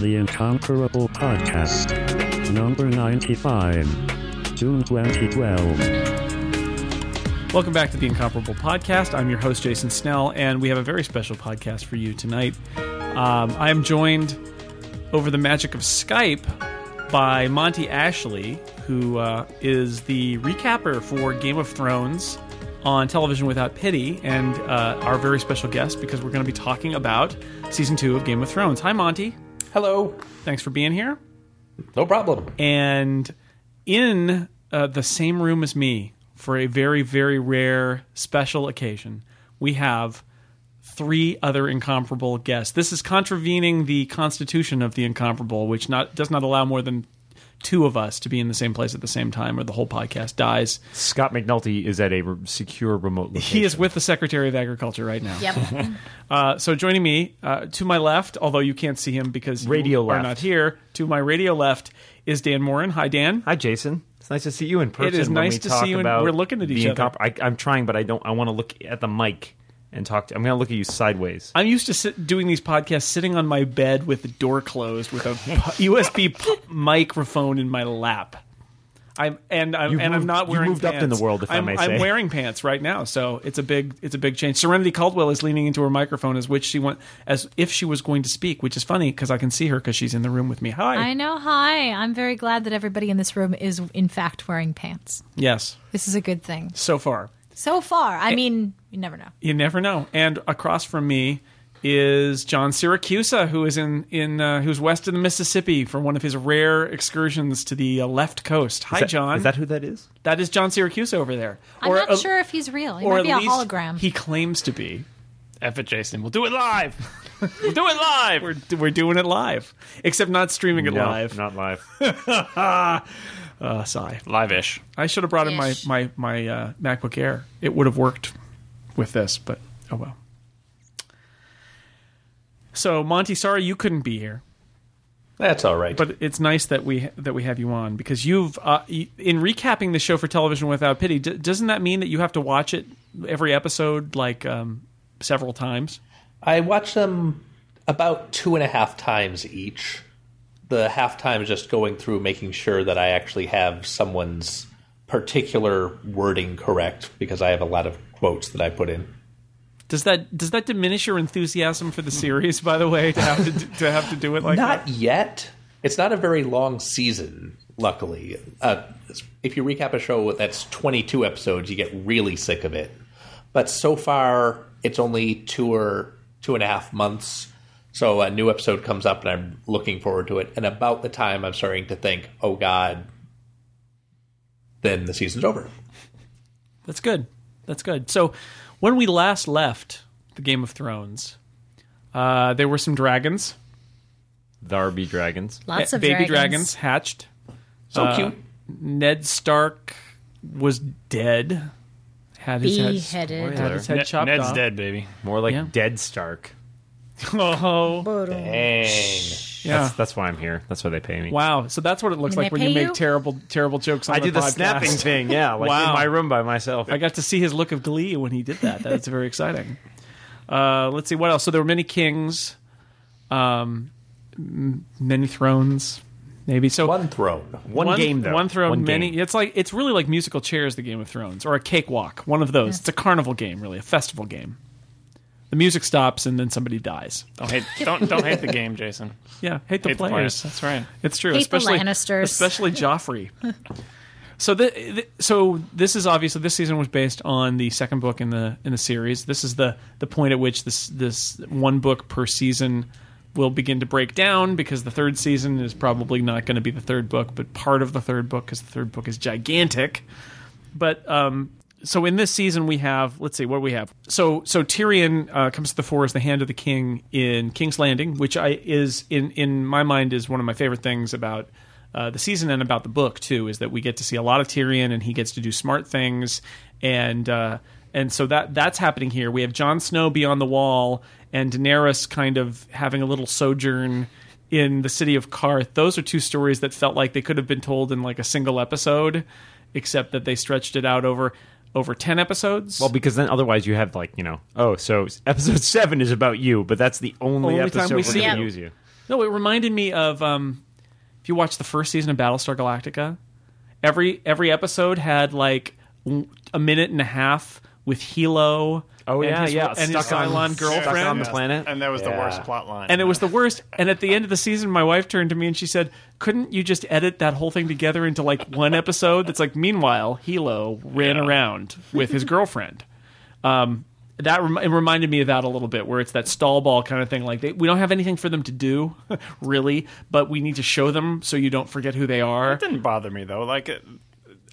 The Incomparable Podcast, number 95, June 2012. Welcome back to the Incomparable Podcast. I'm your host, Jason Snell, and we have a very special podcast for you tonight. Um, I am joined over the magic of Skype by Monty Ashley, who uh, is the recapper for Game of Thrones on Television Without Pity, and uh, our very special guest because we're going to be talking about season two of Game of Thrones. Hi, Monty. Hello. Thanks for being here. No problem. and in uh, the same room as me for a very very rare special occasion we have three other incomparable guests this is contravening the constitution of the incomparable which not does not allow more than two of us to be in the same place at the same time or the whole podcast dies Scott McNulty is at a re- secure remote location. he is with the secretary of agriculture right now Yep. Uh, so joining me uh, to my left, although you can't see him because you Radio are left. not here, to my radio left is Dan Morin. Hi, Dan. Hi, Jason. It's nice to see you in person. is when nice we to talk see you, and about we're looking at the each other. incompar- I, I'm trying, but I don't. I want to look at the mic and talk. to I'm going to look at you sideways. I'm used to sit, doing these podcasts sitting on my bed with the door closed with a p- USB p- microphone in my lap. I'm and I'm You've and I'm moved- not you've wearing moved up in pants. the world, if I I'm, may I'm say. wearing pants right now, so it's a big it's a big change. Serenity Caldwell is leaning into her microphone as which she went as if she was going to speak, which is funny because I can see her because she's in the room with me. Hi. I know. Hi. I'm very glad that everybody in this room is, in fact, wearing pants. yes. This is a good thing. So far. So far, Eh, I mean, you never know. You never know. And across from me is John Syracusa, who is in in uh, who's west of the Mississippi for one of his rare excursions to the uh, left coast. Hi, Is that- John. Is that who that is? that is John Syracusa over there. I'm not uh, sure if he's real. He or might at be a least hologram. He claims to be. F it, Jason. We'll do it live. We'll do it live. We're, we're doing it live, except not streaming it no, live. Not live. Uh, sigh. Live-ish. I should have brought in my Ish. my my uh, MacBook Air. It would have worked with this, but oh well. So Monty, sorry you couldn't be here. That's all right. but it's nice that we that we have you on because you've uh, y- in recapping the show for television without pity. D- doesn't that mean that you have to watch it every episode like um, several times? I watch them about two and a half times each. The half time is just going through making sure that I actually have someone's particular wording correct because I have a lot of quotes that I put in. Does that does that diminish your enthusiasm for the series? By the way, to have to, d- to have to do it like Not yet. It's not a very long season, luckily. Uh, if you recap a show that's 22 episodes, you get really sick of it. But so far, it's only two or two and a half months. So a new episode comes up, and I'm looking forward to it. And about the time I'm starting to think, oh God, then the season's over. that? That's good. That's good. So when we last left the Game of Thrones, uh, there were some dragons, Darby Dragons. Lots eh, of baby dragons. hatched. So Uh, cute. Ned Stark was dead. Had his head, Beheaded. had his head Ned- chopped Ned's off. dead, baby. More like Yeah. Dead Stark. Oh, Dang. yeah. That's, that's why I'm here. That's why they pay me. Wow. So that's what it looks When like they when you pay make you? terrible, terrible jokes on I the do the podcast. snapping thing. Yeah, like Wow. in my room by myself. I got to see his look of glee when he did that. That's very exciting. Uh, let's see what else. So there were many kings, um, m- many thrones, maybe. So One throne. one, game though. One throne, One many. game. It's like it's really like musical chairs, the Game of Thrones, or a cakewalk. One of those. It's a carnival game, really, a festival game. The music stops and then somebody dies. Don't hate, Oh, don't, don't hate the game, Jason. Yeah, hate the Hate the players. players. That's right. It's true, Hate the especially Lannisters. especially Joffrey. so, the, th so this is obviously this season was based on the second book in the in the series. This is the the point at which this this one book per season will begin to break down because the third season is probably not going to be the third book, but part of the third book because the third book is gigantic. But um, so in this season we have let's see what do we have. So so Tyrion uh, comes to the fore as the hand of the king in King's Landing, which I is in in my mind is one of my favorite things about. Uh, the season and about the book too is that we get to see a lot of Tyrion and he gets to do smart things and uh, and so that that's happening here. We have Jon Snow beyond the wall and Daenerys kind of having a little sojourn in the city of Karth. Those are two stories that felt like they could have been told in like a single episode, except that they stretched it out over over ten episodes. Well, because then otherwise you have like you know oh so episode seven is about you, but that's the only, Only time episode we we're see gonna you. use you. No, it reminded me of um, if you watch the first season of Battlestar Galactica, every every episode had like w- a minute and a half with Hilo. Oh, and yeah, his, yeah, and his stuck on- Cylon stuck on girlfriend. the planet? and that was the Yeah. worst plot line. and it was the worst. And at the end of the season, my wife turned to me and she said, "Couldn't you just edit that whole thing together into like one episode?" That's like, meanwhile, Hilo ran around with his girlfriend. Um, that rem- it reminded me of that a little bit, where it's that stall ball kind of thing. Like they, we don't have anything for them to do, really, but we need to show them so you don't forget who they are. It didn't bother me though. Like, it,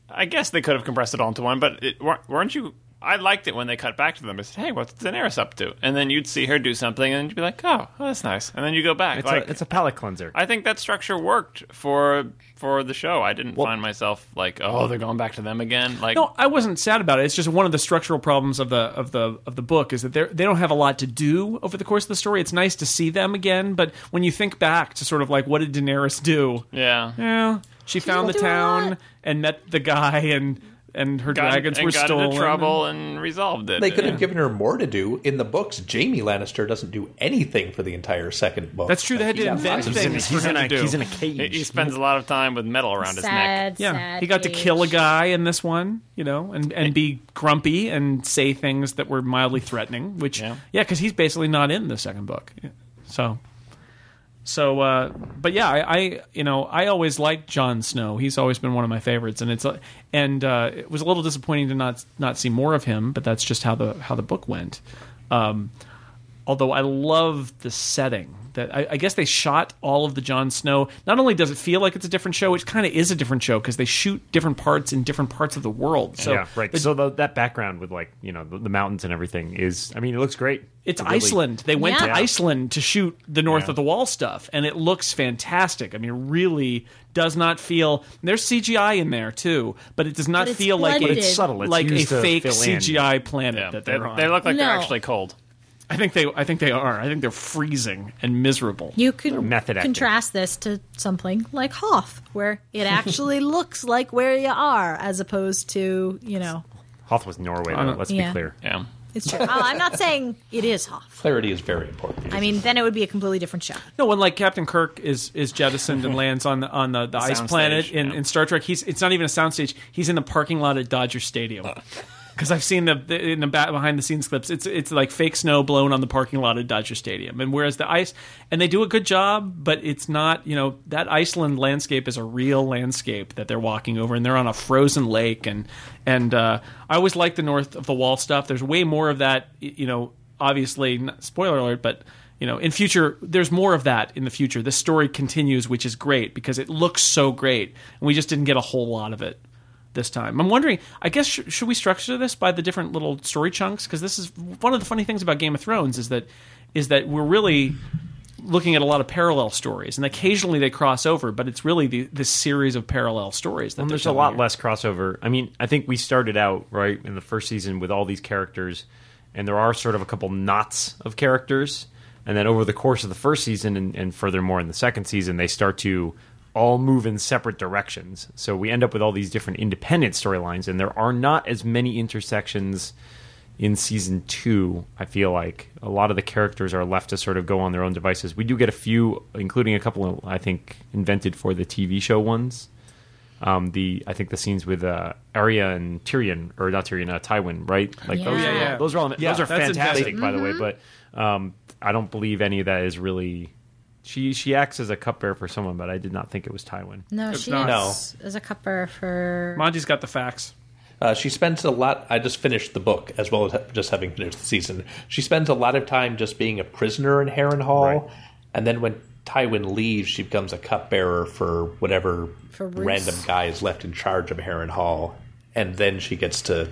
I guess they could have compressed it all into one, but it, wer- weren't you? I liked it when they cut back to them. I said, "Hey, what's Daenerys up to?" And then you'd see her do something, and you'd be like, "Oh, well, that's nice." And then you go back. It's, like, a, it's a palate cleanser. I think that structure worked for for the show. I didn't find myself like, "Oh, they're going back to them again." Like, No, I wasn't sad about it. It's just one of the structural problems of the of the of the book is that they they don't have a lot to do over the course of the story. It's nice to see them again, but when you think back to sort of like what did Daenerys do? yeah, Well, she found the didn't do a town lot. and met the guy and and her got, dragons and were got stolen. into trouble and resolved it. They could have Yeah. given her more to do. In the books, Jamie Lannister doesn't do anything for the entire second book. That's true. They had to He's got invent lots of things for he's him in to a do. he's in a He, cage. he spends a lot of time with metal around his neck. sad, yeah, sad. he got to page. kill a guy in this one, you know, and and be grumpy and say things that were mildly threatening. Which yeah, Yeah. because he's basically not in the second book, Yeah. so. So, uh, but yeah, I, I you know I always liked Jon Snow. He's always been one of my favorites, and it's uh, and uh, it was a little disappointing to not not see more of him. But that's just how the how the book went. Um, although I love the setting that I, I guess they shot all of the Jon Snow. Not only does it feel like it's a different show, it kind of is a different show because they shoot different parts in different parts of the world. So yeah, right. so the, that background with like you know the, the mountains and everything is. I mean, it looks great. It's It really- Iceland. They went to Yeah. Iceland to shoot the North Yeah. of the Wall stuff, and it looks fantastic. I mean, it really does not feel. There's CGI in there too, but it does not But it's feel like blended. a But it's subtle. It's like a used to fake fill in. CGI planet Yeah, that they, they're on. they look like they're No. actually cold. I think they. I think they are. I think they're freezing and miserable. You could method acting. contrast this to something like Hoth, where it actually looks like where you are, as opposed to you know. Hoth was Norway. Though, let's Yeah. be clear. Yeah. It's true. oh, I'm not saying it is Hoth. Clarity is very important. I mean, then it would be a completely different show. No, when like Captain Kirk is is jettisoned and lands on the on the, the ice soundstage, planet in, yeah. in Star Trek, he's it's not even a soundstage. He's in the parking lot at Dodger Stadium. Uh-uh. Because I've seen the, the in the back, behind the scenes clips, it's it's like fake snow blown on the parking lot at Dodger Stadium, and whereas the ice, and they do a good job, but it's not you know that Iceland landscape is a real landscape that they're walking over, and they're on a frozen lake, and and uh, I always like the north of the wall stuff. There's way more of that, y- you know. Obviously, not, spoiler alert, but you know in future there's more of that in the future this story continues which is great because it looks so great and we just didn't get a whole lot of it this time i'm wondering i guess sh- should we structure this by the different little story chunks because this is one of the funny things about game of thrones is that is that we're really looking at a lot of parallel stories and occasionally they cross over but it's really the, this series of parallel stories that And they're there's a telling lot you. less crossover. I mean, I think we started out right in the first season with all these characters, and there are sort of a couple knots of characters, and then over the course of the first season and, and furthermore in the second season, they start to all move in separate directions. So we end up with all these different independent storylines, and there are not as many intersections in season two. I feel like a lot of the characters are left to sort of go on their own devices. We do get a few, including a couple of I think invented for the TV show ones um, the I think the scenes with uh, Arya and Tyrion or not Tyrion, uh, Tywin, right? Like Yeah. those, Yeah, are, yeah. those are all those are that's fantastic, interesting. by the way. But um, I don't believe any of that is really. She she acts as a cupbearer for someone, but I did not think it was Tywin. No, she not. is as a cupbearer for. monty's got the facts Uh, she spends a lot. I just finished the book as well as ha- just having finished the season. She spends a lot of time just being a prisoner in Harrenhal, and then when Tywin leaves, she becomes a cupbearer for whatever For Roose. random guy is left in charge of Harrenhal, and then she gets to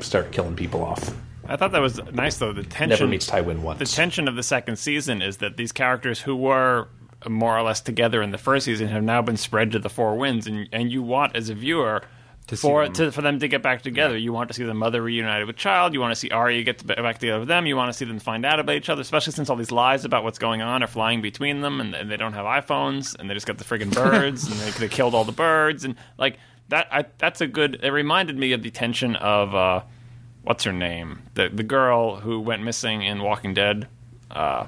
start killing people off. I thought that was nice though. The tension Never meets Tywin once. The tension of the second season is that these characters who were more or less together in the first season have now been spread to the four winds, and and you want as a viewer. see for them. to, for them to get back together, you want to see the mother reunited with child. You want to see Arya get to, back together with them. You want to see them find out about each other, especially since all these lies about what's going on are flying between them, and, and they don't have iPhones, and they just got the friggin' birds, and they, they killed all the birds, and like that. I, that's a good. It reminded me of the tension of uh, what's her name, the the girl who went missing in Walking Dead. Uh,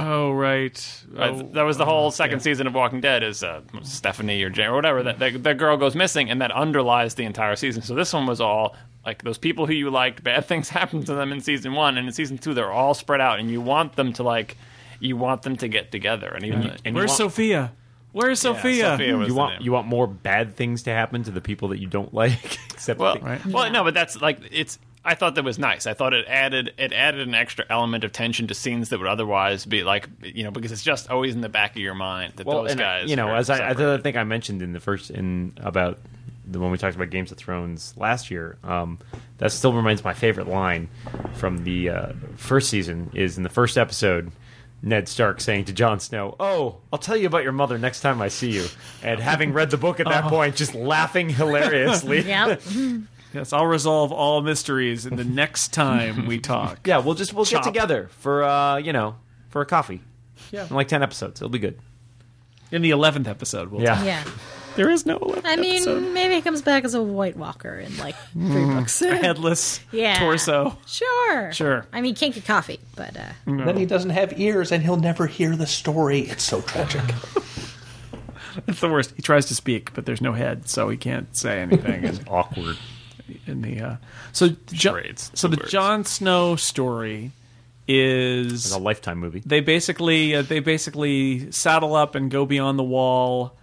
Oh right. Uh, Oh, that was the whole second season of Walking Dead is uh, Stephanie or Jane or whatever that, that that girl goes missing, and that underlies the entire season. So this one was all like those people who you liked, bad things happen to them in season one, and in season two they're all spread out, and you want them to like, you want them to get together, and even And you Where's want- Sophia? Where's yeah, Sophia? Sophia was You the want name. you want more bad things to happen to the people that you don't like, except Well, the- well, no, but that's like it's. I thought that was nice. I thought it added it added an extra element of tension to scenes that would otherwise be like you know because it's just always in the back of your mind that those and, uh, guys You know, are as I, I, separate. the thing I mentioned in the first in about the when we talked about Games of Thrones last year, um, that still remains my favorite line from the uh, first season. Is in the first episode. Ned Stark saying to Jon Snow, "Oh, I'll tell you about your mother next time I see you." And having read the book at that point, just laughing hilariously. Yep. Yes, I'll resolve all mysteries in the next time we talk. Yeah, we'll just we'll Chop. get together for uh, you know, for a coffee. Yeah. In like 10 episodes. It'll be good. In the eleventh episode, we'll Yeah. Yeah. talk. There is no eleventh. I mean, episode. maybe he comes back as a White Walker in like three Mm-hmm. books. headless Yeah. torso. Sure. Sure. I mean, can't get coffee, but uh, Then he doesn't have ears, and he'll never hear the story. It's so tragic. It's the worst. He tries to speak, but there's no head, so he can't say anything. and, Awkward. and the uh, so Jo- Charades, so the the words. Jon Snow story It's is a lifetime movie. they basically uh, they basically saddle up and go beyond the wall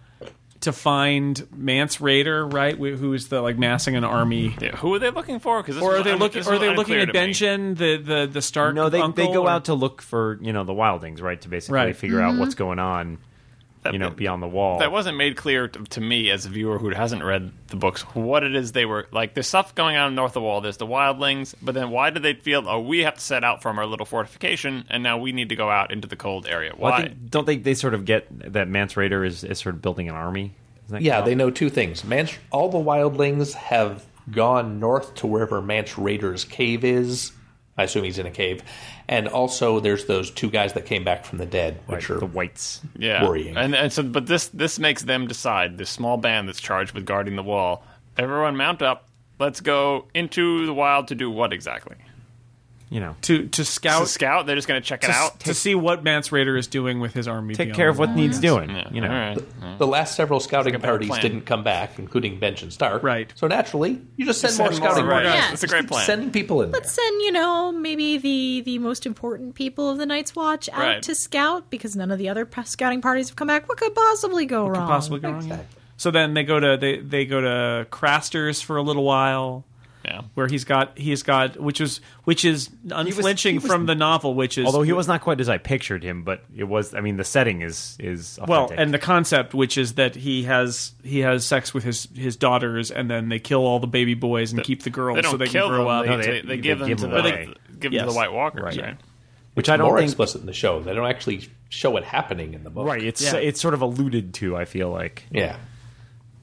to find Mance Raider, right? wh- Who is the like massing an army. Yeah, who are they looking for? Because Or are they looking? Or are they looking at Benjen, the the the Stark? No, they uncle, they go or- out to look for you know the wildings, right? To basically Right. figure out what's going on, you know, beyond the wall. That wasn't made clear to, to me as a viewer who hasn't read the books what it is they were like. There's stuff going on north of the wall. There's the wildlings, but then why did they feel? Oh, we have to set out from our little fortification, and now we need to go out into the cold area. Why? Well, I think, don't they? They sort of get that Mance Raider is, is sort of building an army. Isn't that Yeah, called? they know two things. Mance, all the wildlings have gone north to wherever Mance Raider's cave is. I assume he's in a cave. And also, there's those two guys that came back from the dead, Right, which are the whites. yeah. worrying. And, and so, but this this makes them decide. This small band that's charged with guarding the wall. Everyone, mount up. Let's go into the wild to do what exactly? You know, to to To scout scout. They're just going to check it to, out. to see what Mance Raider is doing with his army. take beyond care of the what wall. needs doing. Yeah, You know, all right. the last several scouting like a better parties plan. didn't come back, including Bench and Stark. Right. So naturally, you just send more send more, scouting right. parties. Yeah. It's a great plan. Sending people in there. let's send you know maybe the the most important people of the Night's Watch out Right. to scout because none of the other p- scouting parties have come back. What could possibly go wrong? Possibly go wrong. yeah. So then they go to they they go to Craster's for a little while, yeah. where he's got he's got which is which is unflinching he was- from the novel, which is although he was not quite as I pictured him, but it was. I mean, the setting is is well, authentic. and the concept which is that he has he has sex with his his daughters, and then they kill all the baby boys and keep the girls They don't so they kill can grow them. up. They, No, they, they- they they give them give to them the, away. give them to Yes. the White Walkers. Right. Right. which I don't more think. explicit in the show. They don't actually show it happening in the book. Right, it's Yeah. it's sort of alluded to. I feel like Yeah.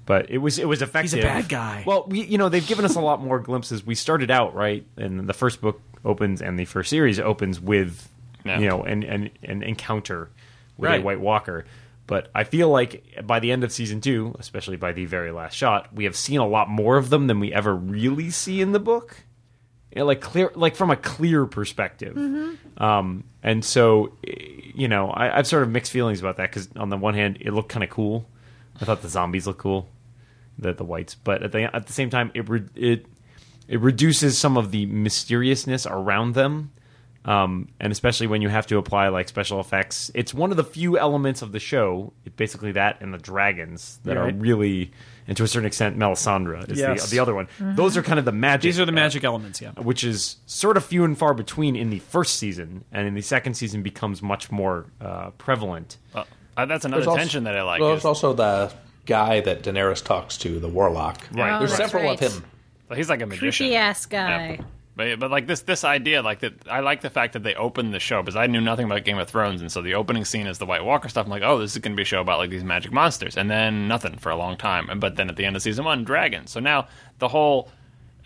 but it was it was effective. bad guy. Well, we, you know, they've given us a lot more glimpses. We started out right, and the first book opens and the first series opens with Yeah. you know an an, an encounter with a Right. White Walker. But I feel like by the end of season two, especially by the very last shot, we have seen a lot more of them than we ever really see in the book. You know, like clear, like from a clear perspective. Mm-hmm. Um, and so, eh, you know, I, I've sort of mixed feelings about that because on the one hand, it looked kind of cool. I thought the zombies looked cool, the the whites, but at the at the same time, it re- it it reduces some of the mysteriousness around them. Um, and especially when you have to apply like special effects, it's one of the few elements of the show. It, basically, that and the dragons that Right. are really, and to a certain extent, Melisandre is Yes. the, the other one. Those are kind of the magic. These are the magic elements, yeah. which is sort of few and far between in the first season, and in the second season becomes much more uh, prevalent. Well, uh, that's another also- tension that I like. Well, is- there's also the guy that Daenerys talks to, the warlock. Oh, There's that's several right. of him. he's like a magician. Creepy ass Yeah, guy. but- but, but like this this idea like that I like the fact that they opened the show because I knew nothing about Game of Thrones and so the opening scene is the White Walker stuff I'm like oh this is going to be a show about like these magic monsters and then nothing for a long time and but then at the end of season 1 dragons so now the whole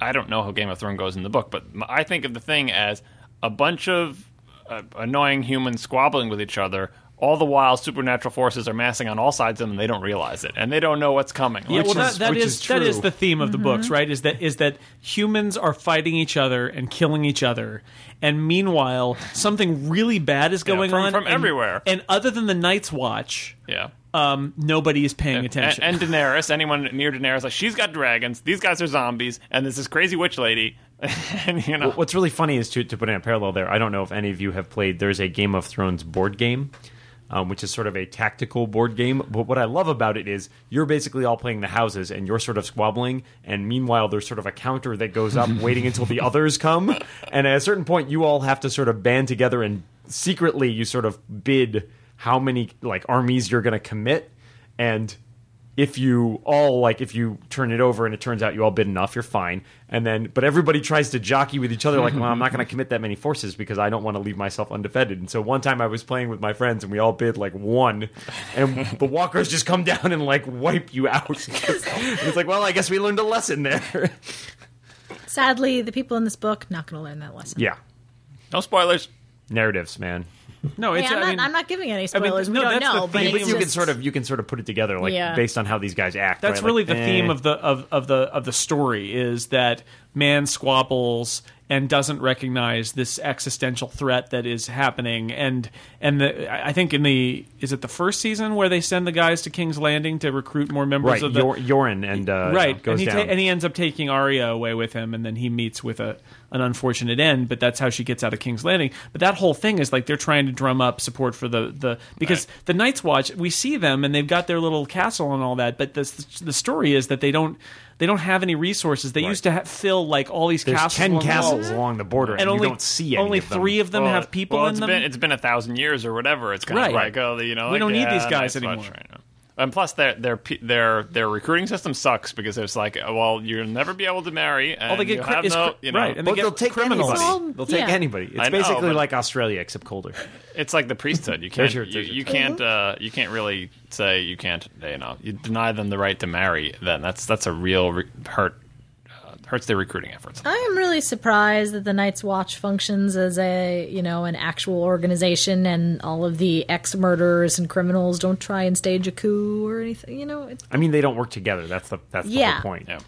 I don't know how Game of Thrones goes in the book but m- I think of the thing as a bunch of uh, annoying humans squabbling with each other All the while, supernatural forces are massing on all sides of them, and they don't realize it, and they don't know what's coming. Yeah, Like, well, is- that, that which is, is that is true. the theme Mm-hmm. of the books, right? Is that is that humans are fighting each other and killing each other, and meanwhile something really bad is going from- on from and- everywhere. And other than the Night's Watch, yeah. um, nobody is paying A- attention. And, Daenerys, anyone near Daenerys, like she's got dragons. These guys are zombies, and there's this crazy witch lady. and you know, What's really funny is to, to put in a parallel there. I don't know if any of you have played. There's a Game of Thrones board game, um, which is sort of a tactical board game. But what I love about it is you're basically all playing the houses and you're sort of squabbling. And meanwhile, there's sort of a counter that goes up, waiting until the others come. And at a certain point, you all have to sort of band together and secretly you sort of bid how many like armies you're going to commit. And if you all like if you turn it over and it turns out you all bid enough you're fine and then but everybody tries to jockey with each other like well i'm not going to commit that many forces because i don't want to leave myself undefended and so one time i was playing with my friends and we all bid like one and the walkers just come down and like wipe you out And it's like well i guess we learned a lesson there Sadly, the people in this book not going to learn that lesson. yeah no spoilers. narratives man no, Hey, it's I'm, I not, mean, I'm not giving any mean, spoilers. no, we don't that's the know, but theme. it's but you can just- sort of you can sort of put it together like Yeah. based on how these guys act that's right? really Like, the theme eh. of the of, of the of the story is that man squabbles and doesn't recognize this existential threat that is happening and and the I I think in the is it the first season where they send the guys to King's Landing to recruit more members right of the Yor- Yoren and uh, right goes and he down ta- and he ends up taking Arya away with him and then he meets with a an unfortunate end but that's how she gets out of King's Landing but that whole thing is like they're trying to drum up support for the the because the Night's Watch we see them and they've got their little castle and all that but the the story is that they don't they don't have any resources they used to ha- fill like all these There's castles ten on the castles walls. along the border, and, and only you don't see any only of them. three of them Well, have people well, in it's them Been, it's been a thousand years or whatever. It's kind Right. of like oh, you know, We like, don't need yeah, these guys nice watch anymore. right now. and plus, their their pe- their their recruiting system sucks because it's like, well, you'll never be able to marry. And they get you cri- have it's no, cri- you know, right, and But They they'll get take criminals. anybody. It's all- they'll take yeah. anybody. It's I know, basically but- like Australia except colder. It's like the priesthood. You can't. There's your- you, there's your you can't. Uh, you can't really say you can't. You know, you deny them the right to marry. Then that's that's a real re- hurt. Uh, hurts their recruiting efforts. I am really surprised that the Night's Watch functions as a, you know, an actual organization and all of the ex murderers and criminals don't try and stage a coup or anything. You know, it, I mean, they don't work together. That's the that's the Yeah. whole point. Yeah.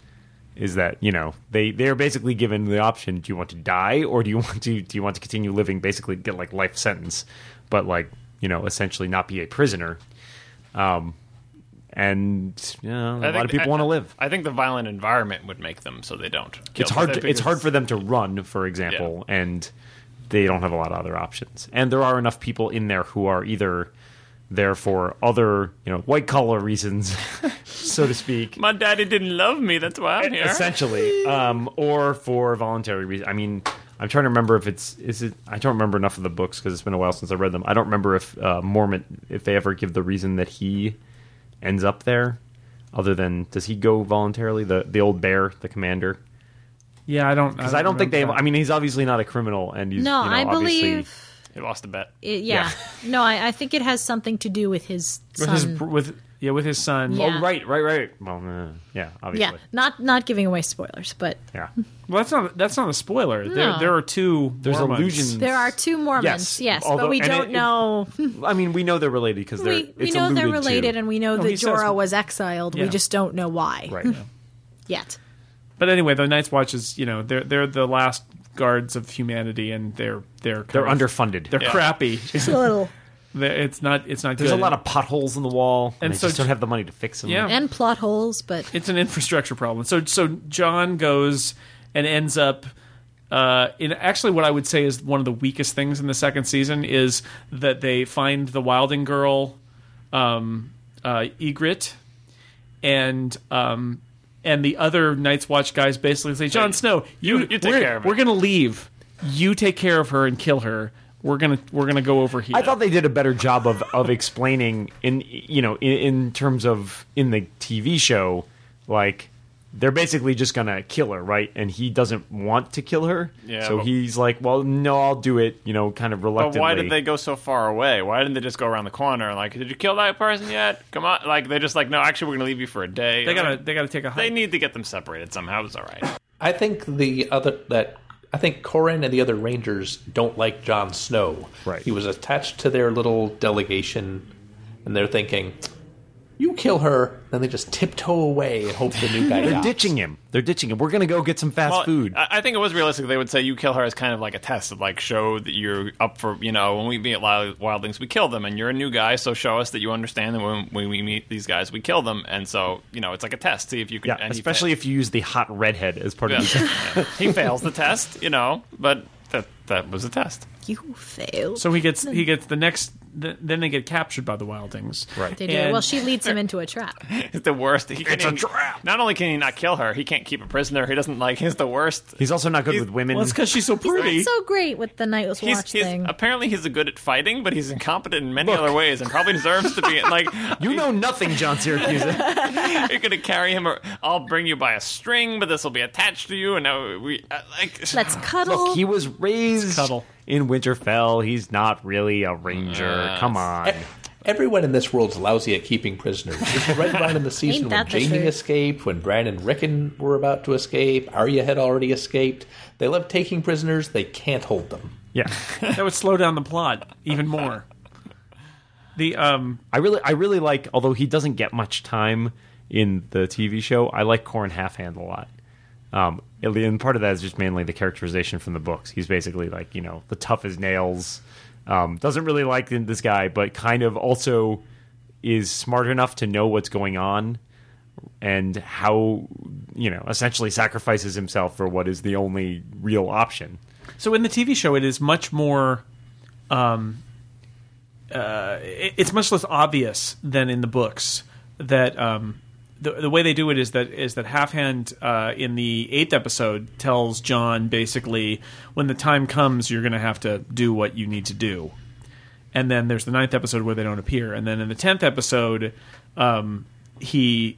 Is that you know they they are basically given the option: do you want to die or do you want to do you want to continue living? Basically, get like life sentence, but like you know essentially not be a prisoner. Um, and you know, a I lot think- of people I- want to live. I think the violent environment would make them so they don't. kill it's hard. them. To, it's hard for them to run, for example, and they don't have a lot of other options. And there are enough people in there who are either there for other, you know, white collar reasons, so to speak, My daddy didn't love me. That's why I'm here. E- essentially, um, or for voluntary reasons. I mean, I'm trying to remember if it's is it. I don't remember enough of the books because it's been a while since I read them. I don't remember if uh, Mormon if they ever give the reason that he ends up there. Other than does he go voluntarily? The the old bear, the commander. yeah I don't Because I don't think they. remember I mean, he's obviously not a criminal, and he's no, You know, I obviously- believe. He lost a bet. It, yeah. no, I, I think it has something to do with his that. son. with his with yeah with his son Yeah. Oh, right, right, right. Well, uh, yeah, yeah, obviously. not not giving away spoilers, but Yeah, Well, that's not that's not a spoiler. There No. there are two. there's Mormons. illusions. there are two Mormons, yes, Yes, but although- we and don't it- know. I mean, we know they're related because they're. we we it's know they're alluded to. related, and we know that he says- Jorah was exiled. Yeah. We just don't know why right. yet. But anyway, the Night's Watch is you know they're they're the last guards of humanity, and they're they're kind They're of- underfunded. They're Yeah. crappy. It's a little They're- it's not it's not. There's good. a lot of potholes in the wall, and, And they so just don't have the money to fix them. Yeah. and plot holes, but it's an infrastructure problem. So so John goes and ends up uh, in actually what I would say is one of the weakest things in the second season is that they find the Wilding girl, um, uh, Egret, and um, and the other Night's Watch guys basically say, John Snow, you, you take we're, care of it." we're gonna leave. You take care of her and kill her. We're gonna we're gonna go over here. I thought they did a better job of, of explaining in you know in, in terms of in the TV show, like they're basically just gonna kill her, right? And he doesn't want to kill her, Yeah, so but- he's like, "Well, no, I'll do it," you know, kind of But reluctantly. why did they go so far away? Why didn't they just go around the corner? and Like, did you kill that person yet? Come on! Like, they're just like, no, actually, we're gonna leave you for a day. they gotta Like, they gotta take a They hike. need to get them separated somehow. It's all right. I think the other that I think Corin and the other Rangers don't like Jon Snow. Right. He was attached to their little delegation, and they're thinking, "You kill her," then they just tiptoe away and hope the new guy. They're dies. ditching him. They're ditching him. We're gonna go get some fast Well, food. I, I think it was realistic. They would say you kill her as kind of like a test, to, like show that you're up for. You know, when we meet wild, wildlings, we kill them, and you're a new guy, so show us that you understand that when, when we meet these guys, we kill them, and so you know, it's like a test. See if you can. yeah, and he especially fa- if you use the hot redhead as part of the Yeah. he fails the test, you know, but that that was a test. You failed. So he gets he gets the next. th then they get captured by the wildlings. Right. they do. And- Well, she leads him into a trap. It's the worst. He It's a can't even- trap. Not only can he not kill her, he can't keep a prisoner. He doesn't like. He's the worst. He's also not good with women. Well, it's because she's so pretty. He's not so great with the Night's He's, Watch he's- thing. apparently he's good at fighting, but he's incompetent in many other ways, and probably deserves to be like you know nothing, John Syracuse. You're gonna carry him. Or I'll bring you by a string, but this will be attached to you. And now we uh, like. Let's cuddle. Look, he was raised cuddle. in Winterfell. He's not really a ranger. Come on. Everyone in this world's lousy at keeping prisoners. It's right down in the season Ain't when that the Jamie truth? escaped, when Bran and Rickon were about to escape, Arya had already escaped. They love taking prisoners, they can't hold them. Yeah. that would slow down the plot even more. The um I really I really like although he doesn't get much time in the TV show, I like Corin Halfhand a lot. Um, and part of that is just mainly the characterization from the books. He's basically like, you know, the tough as nails. Um, doesn't really like this guy, but kind of also is smart enough to know what's going on and how, you know, essentially sacrifices himself for what is the only real option. so in the TV show it is much more um uh it- it's much less obvious than in the books that um the, the way they do it is that is that Halfhand uh, in the eighth episode tells John basically when the time comes you're going to have to do what you need to do, and then there's the ninth episode where they don't appear, and then in the tenth episode, um, he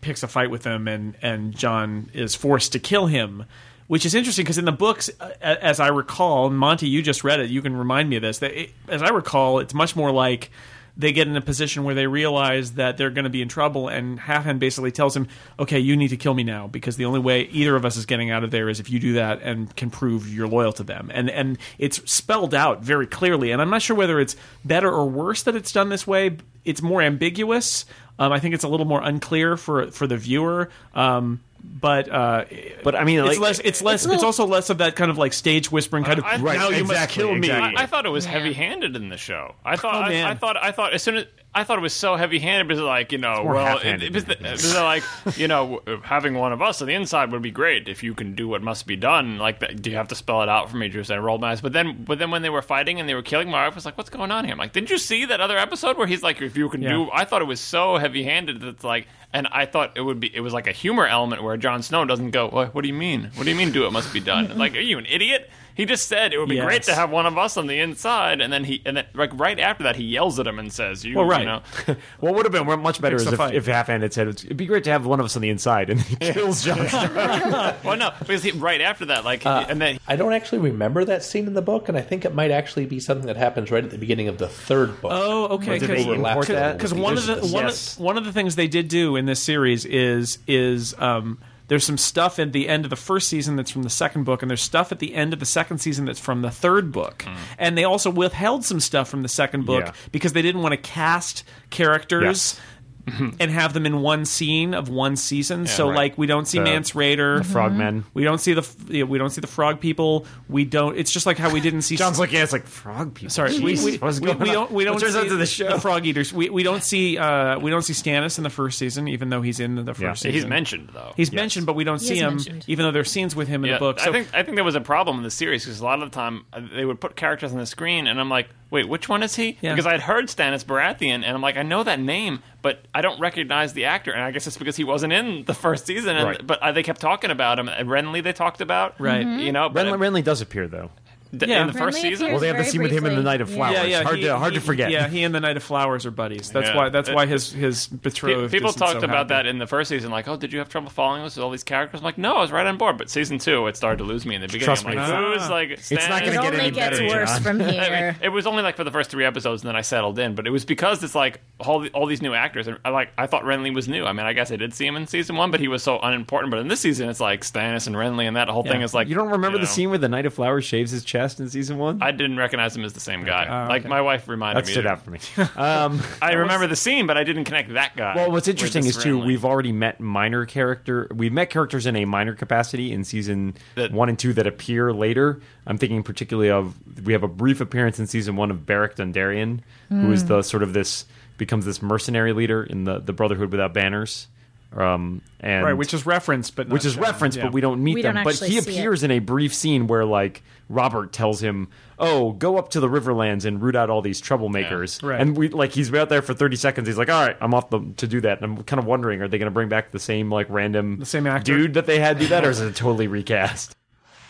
picks a fight with them, and and John is forced to kill him, which is interesting because in the books, uh, as I recall, Monty, you just read it, you can remind me of this. That it, as I recall, it's much more like. They get in a position where they realize that they're going to be in trouble, and Halfhand basically tells him, "Okay, you need to kill me now because the only way either of us is getting out of there is if you do that and can prove you're loyal to them." And and it's spelled out very clearly, and I'm not sure whether it's better or worse that it's done this way. It's more ambiguous, um, I think it's a little more unclear for for the viewer. Um, but uh, But I mean, it's like, less. It's less. It's, also less of that kind of like stage whispering kind of. I- now you must exactly, kill me. exactly. I, I thought it was heavy-handed in the show. I thought. Oh, man. I, I thought. I thought as soon as. I thought it was so heavy-handed because, like, you know, more well, it, half-handed it was than the- it was like, you know, w- uh, having one of us on the inside would be great if you can do what must be done. Like, that, do you have to spell it out for me, Drews? I rolled my eyes, but then, but then when they were fighting and they were killing, my wife was like, "What's going on here?" I'm like, "Didn't you see that other episode where he's like, if you can Yeah. do?" I thought it was so heavy-handed that's like, and I thought it would be, it was like a humor element where Jon Snow doesn't go, "What, what do you mean? What do you mean? Do it must be done?" like, are you an idiot? He just said it would be great Yes. to have one of us on the inside, and then he and then like right after that he yells at him and says, "You, Well, right. you know, Well, what would have been much better Picks is a if, fight. if Halfhand had said, it'd be great to have one of us on the inside, and he kills Jon Snow. well, no," because he, right after that, like, Uh, and then I don't actually remember that scene in the book, and I think it might actually be something that happens right at the beginning of the third book. Oh, okay. But did they Because import that? because one of the one, Yes. of, one of the things they did do in this series is is um, there's some stuff at the end of the first season that's from the second book, and there's stuff at the end of the second season that's from the third book, and they also withheld some stuff from the second book Hmm. Yeah. because they didn't want to cast characters. Yes. And have them in one scene of one season, so right. like we don't see The- Mance Raider, Mm-hmm. Frogmen. we don't see the f- yeah, we don't see the frog people, we don't. It's just like how we didn't see John's looking at us like frog people. Sorry, we, Jeez, we, what's we, going we on? don't we Well, don't turns see out to the show. frog eaters. We, we don't see uh, we don't see Stannis in the first season, even though he's in the, the first Yeah. season. he's mentioned though. He's mentioned, but we don't see is him, mentioned. even though there's scenes with him in Yeah, the book. So I think I think there was a problem in the series because a lot of the time uh, they would put characters on the screen, and I'm like, wait, which one is he? Yeah. Because I had heard Stannis Baratheon, and I'm like, I know that name, but I don't recognize the actor, and I guess it's because he wasn't in the first season. And, Right. But uh, they kept talking about him. Uh, Renly, they talked about, Right. Mhm. You know, but Renly, Renly does appear though. D- Yeah. in the first Friendly season. appears- Well, they have the Very scene with him and the briefly. Knight of Yeah. Flowers. yeah, yeah, hard he- to hard he- to forget. Yeah, he and the Knight of Flowers are buddies. That's Yeah. why. That's It- why his his betrothed. People isn't talked so about that happy. in the first season, like, "Oh, did you have trouble following us with all these characters?" I'm like, "No, I was right on board." But season two, it started to lose me in the beginning. Trust I'm me. like, Ah. who's like? not Stan- gonna It get only any gets better, worse John. from I mean, here. it was only like for the first three episodes, and then I settled in. But it was because it's like all the, all these new actors. And I like I thought Renly was new. I mean, I guess I did see him in season one, but he was so unimportant. But in this season, it's like Stannis and Renly, and that whole thing Yeah. is like You don't remember you the know, scene where the Knight of Flowers shaves his chest in season one? I didn't recognize him as the same guy. Oh, Like okay. my wife reminded that me. stood out for me. Um, I remember the scene, but I didn't connect that guy. well, what's with interesting this is too Renly. we've already met minor character. We've met characters in a minor capacity in season That- one and two that appear later. I'm thinking particularly of we have a brief appearance in season one of Beric Dondarrion, who is the sort of this becomes this mercenary leader in the the Brotherhood without banners. Um, and right, which is referenced, but not which is shown. referenced, Yeah. but we don't meet We them. don't but actually he see appears in a brief scene where like Robert tells him, "Oh, go up to the Riverlands and root out all these troublemakers." Yeah. Right. And we like he's out there for thirty seconds. He's like, "All right, I'm off the, to do that." And I'm kind of wondering, are they going to bring back the same like random The same actor? dude that they had do that, or is it a totally recast?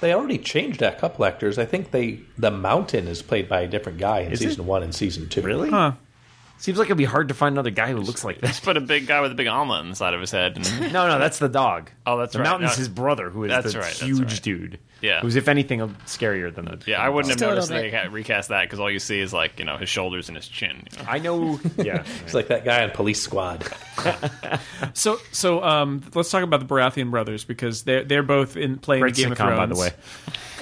They already changed a couple actors. I think they the Mountain is played by a different guy in season one and season two. Really? Huh. Seems like it'd be hard to find another guy who looks like that. Just put a big guy with a big alma on the side of his head. And, No, no, that's the dog. Oh, that's the right. mountain's No. his brother, who is That's the right, that's huge right. dude. Yeah. who's if anything scarier than the. yeah, I wouldn't have Just a noticed little they ca- recast that because all you see is like you know his shoulders and his chin. you know? I know. Yeah, It's like that guy on Police Squad. So so um, let's talk about the Baratheon brothers because they're they're both in playing Great the Game of sitcom, Thrones. by the way.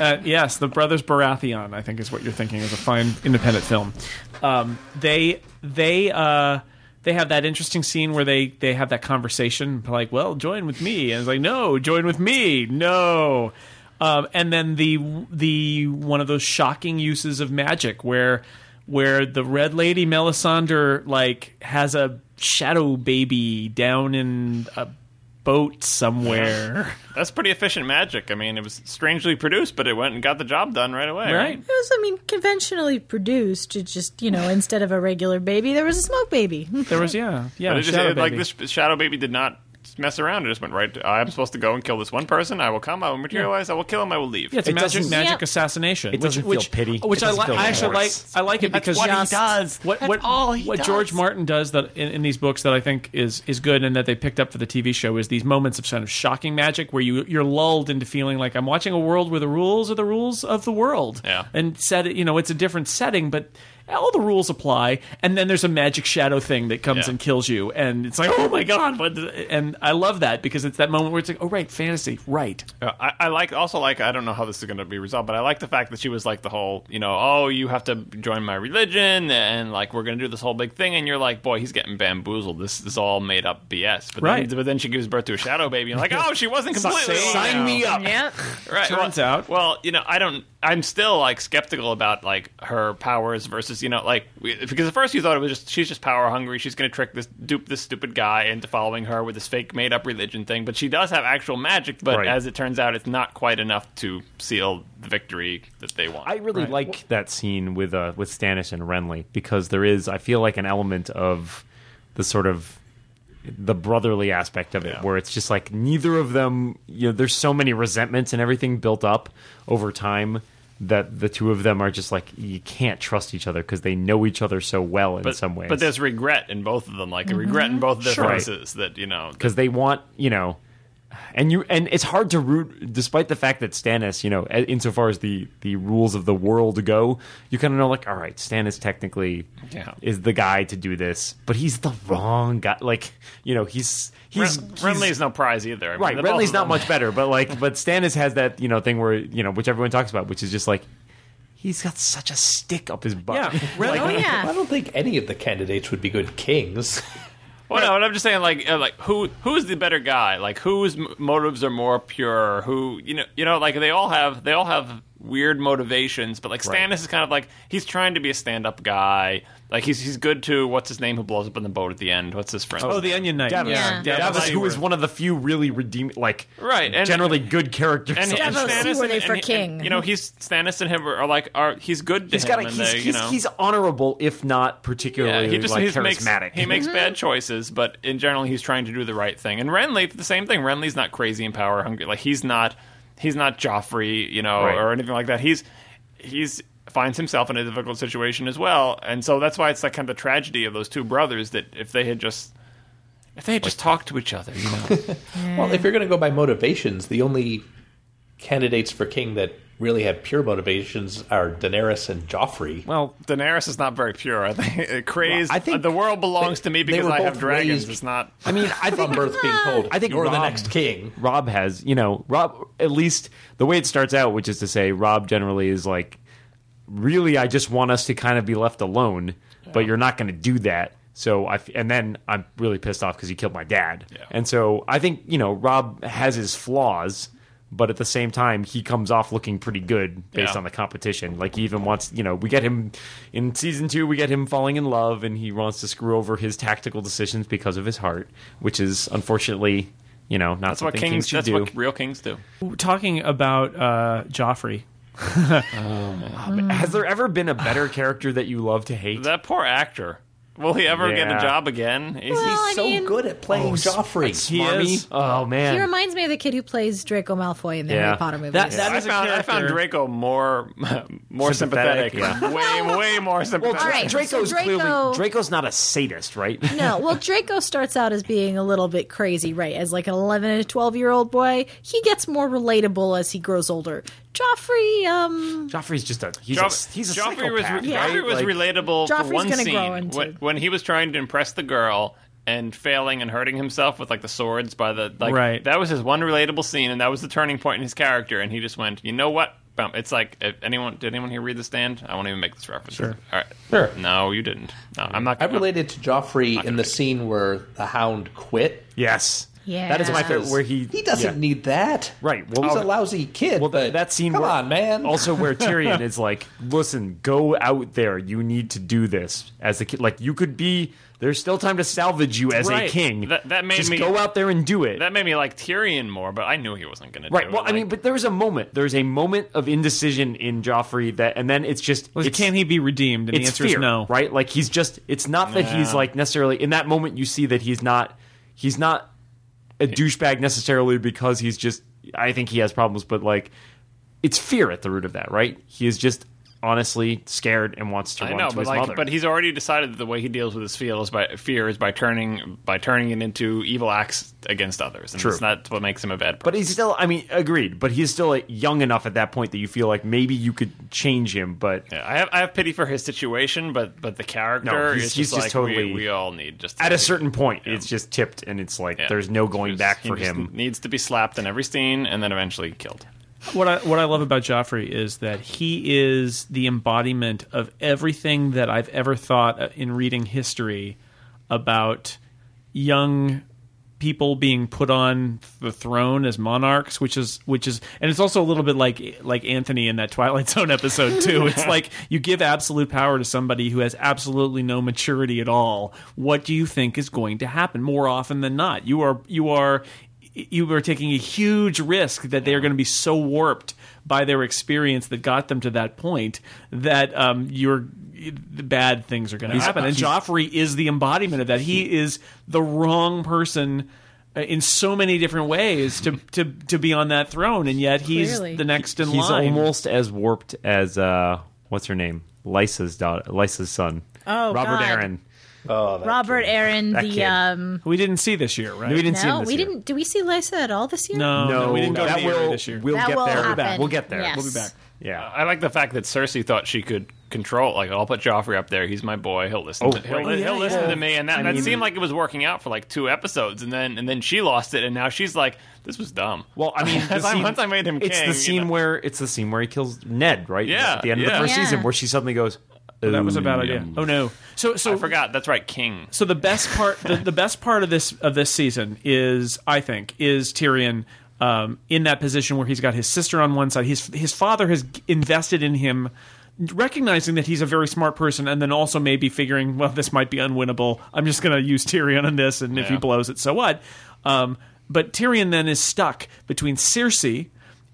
Uh, yes, the brothers Baratheon, I think, is what you're thinking is a fine independent film. Um, they they uh, they have that interesting scene where they they have that conversation like, "Well, join with me," and it's like, "No, join with me, no." Um, and then the the one of those shocking uses of magic where where the red lady Melisandre like has a shadow baby down in a boat somewhere, That's pretty efficient magic. I mean, it was strangely produced, but it went and got the job done right away. right? It was, I mean, conventionally produced. It just, you know, instead of a regular baby, there was a smoke baby. There was yeah yeah But it just, shadow it- like baby. this sh- shadow baby did not mess around. It just went right. To, I'm supposed to go and kill this one person. I will come. I will materialize. I will kill him. I will leave. Yeah, it's It a magic doesn't- magic Yep. assassination. It doesn't feel which, which, pity. Which I It doesn't like. feel I actually like. remorse. I like it because what he Just- does. What That's what all he what does. George Martin does that in, in these books that I think is is good and that they picked up for the TV show is these moments of kind of shocking magic where you you're lulled into feeling like I'm watching a world where the rules are the rules of the world. Yeah. And said you know it's a different setting, but all the rules apply. And then there's a magic shadow thing that comes Yeah. and kills you, and it's like oh my god. What the-" and I love that because it's that moment where it's like oh right, fantasy, right. Uh, I, I like also like I don't know how this is going to be resolved, but I like the fact that she was like the whole you know oh you have to join my religion and like we're going to do this whole big thing, and you're like boy he's getting bamboozled. This is all made up BS. But Right. Then, but then she gives birth to a shadow baby, and like oh she wasn't completely Sign wrong. me up. yeah. Right. Turns well, out- Well, you know, I don't. I'm still like skeptical about like her powers versus you know like we- because at first you thought it was just she's just power hungry. She's going to trick this dupe this stupid guy into following her with this fake made up religion thing. But she does have actual magic. But Right. as it turns out, it's not quite enough to seal the victory that they want. I really like that scene with uh, with Stannis and Renly because there is, I feel like, an element of the sort of the brotherly aspect of it, where it's just like neither of them. You know, there's so many resentments and everything built up over time that the two of them are just like you can't trust each other because they know each other so well in but, some ways. but there's regret in both of them, like a regret in both of their Mm-hmm. Sure. voices that you know. because they want you know and you and it's hard to root despite the fact that Stannis you know a- insofar as the the rules of the world go you kind of know like all right Stannis technically Yeah. is the guy to do this but he's the wrong guy like you know he's he's, Ren- he's Renly's no prize either. I mean, right the both of Renly's not them- much better but like but Stannis has that you know thing where you know which everyone talks about which is just like he's got such a stick up his butt Yeah, Renly- Oh, I yeah. don't think any of the candidates would be good kings. Well, no, and I'm just saying, like, uh, like who who's the better guy? Like, whose m- motives are more pure? Who you know, you know, like they all have they all have weird motivations, but like Stannis Right. is kind of like he's trying to be a stand up guy. Like he's he's good to what's his name who blows up in the boat at the end? What's his friend? Oh, the Onion Knight. Davos, Yeah. Davos, Davos who is one of the few really redeem like Right, and- generally good characters and, and Davos, Stannis who are they and- for and- king? and, you know, he's Stannis and him are like are he's good to He's him. got a, and he's, they, you he's, know. he's honorable, if not particularly Yeah, he just like, he's makes, charismatic. he makes bad choices, but in general, he's trying to do the right thing. And Renly, the same thing. Renly's not crazy and power hungry. Like he's not, he's not Joffrey, you know, Right. or anything like that. He's he's finds himself in a difficult situation as well, and so that's why it's like kind of the tragedy of those two brothers that if they had just if they had just talked to each other, you know, Mm. Well, if you're going to go by motivations, the only candidates for king that really have pure motivations are Daenerys and Joffrey. Well, Daenerys is not very pure. I think crazed. Well, I I think- think the world belongs to me because were I both have dragons. raised- It's not. I mean, I From think birth being told, I think you're the Rob- next king. Rob has, you know, Rob at least the way it starts out, which is to say, Rob generally is like, really, I just want us to kind of be left alone, but you're not going to do that. So I f- and then I'm really pissed off because you killed my dad, and so I think you know Rob has his flaws, but at the same time he comes off looking pretty good based Yeah. on the competition. Like he even wants, you know, we get him in season two, we get him falling in love, and he wants to screw over his tactical decisions because of his heart, which is unfortunately, you know, not That's what something kings. kings should that's do. what real kings do. Talking about uh, Joffrey, Has there ever been a better character that you love to hate? That poor actor. Will he ever get Yeah. a job again? He's, Well, he's- I so mean- good at playing Oh, Joffrey. He Smarmy? is- Oh man. He reminds me of the kid who plays Draco Malfoy in the Yeah. Harry Potter movies. That- that I, is a found, I found character. Draco more more Sympathetic, sympathetic. way way more sympathetic. All right, Draco's so Draco- clearly Draco's not a sadist, right? no, well, Draco starts out as being a little bit crazy, right? As like an 11 and a 12 year old boy. He gets more relatable as he grows older. Joffrey, um, Joffrey's just a he's Joff- a he's a Joffrey was psychopath, Yeah. right? Joffrey was Like, relatable Joffrey's for one gonna grow scene into- when, when he was trying to impress the girl and failing and hurting himself with like the swords by the like Right. that was his one relatable scene and that was the turning point in his character and he just went you know what Bum. it's like if anyone did anyone here read the stand I won't even make this reference Sure. all right Sure. no you didn't no I'm not I gonna related to Joffrey in the scene where the Hound quit. Yes. Yeah. That is my favorite where he He doesn't yeah. need that. Right, well- he's Oh. a lousy kid. Well, but that, that scene. Come where, on, man. Also, where Tyrion is like, "Listen, go out there. You need to do this as a kid. Like, you could be. There's still time to salvage you as a Right. king. That- that made Just me- go out there and do it. that made me like Tyrion more but I knew he wasn't gonna do right. it. Well, I Like, mean, but there's a moment. There's a moment of indecision in Joffrey that, and then it's just. was, it's, can he be redeemed? And the it's answer fear, is no. right? Like he's just. It's not that he's like necessarily in that moment. You see that he's not. He's not a douchebag necessarily because he's just. I think he has problems, but like, it's fear at the root of that, right? He is just honestly scared and wants to I run know, to but his like, mother. but he's already decided that the way he deals with his fear is by fear is by turning by turning it into evil acts against others, and True. that's not what makes him a bad person. But he's still. I mean, agreed. But he's still like, young enough at that point that you feel like maybe you could change him. But Yeah, I have I have pity for his situation, but but the character No, he's- is just, he's just like, totally- we, we all need just at a certain point, it's just tipped, and it's like Yeah. there's no going Just- back he for just him. Needs to be slapped in every scene and then eventually killed. What I what I love about Joffrey is that he is the embodiment of everything that I've ever thought uh, in reading history about young people being put on the throne as monarchs, which is which is, and it's also a little bit like like Anthony in that Twilight Zone episode too. It's like you give absolute power to somebody who has absolutely no maturity at all. What do you think is going to happen? More often than not, you are you are you are taking a huge risk that they are going to be so warped by their experience that got them to that point that um, you're the bad things are going to happen. And Joffrey is the embodiment of that. He, is the wrong person uh, in so many different ways to to to be on that throne, and yet he's Clearly. the next in he's line. almost as warped as uh what's her name lysa's daughter lysa's son Oh, robert God. aaron Robert Aaron, That Oh, kid. the, um, we didn't see this year, right? we didn't see him no, this we year. didn't, do we see Lysa at all this year? No, Oh, no, we didn't go that to the will, area this year. we'll That get will there happen. we'll get there Yes. Uh, We'll be back. yeah I like the fact that Cersei thought she could control. Like, I'll put Joffrey up there. He's my boy. He'll listen. Oh, to, he'll, right. he'll Yeah, listen yeah. to me. And that, that seemed like it was working out for like two episodes, and then and then she lost it, and now she's like, this was dumb. well i mean the As I- scene- once I made him it's king, the you scene know. where it's the scene where he kills ned right Yeah, at the end of yeah. the first Yeah. season where she suddenly goes "Um, that was a bad "Ooh." idea. Oh no! So so I forgot. That's right, King. So the best part, the, the best part of this of this season is, I think, is Tyrion um, in that position where he's got his sister on one side, his his father has invested in him, recognizing that he's a very smart person, and then also maybe figuring, well, this might be unwinnable. I'm just going to use Tyrion on this, and if he Yeah. blows it, so what? Um, but Tyrion then is stuck between Cersei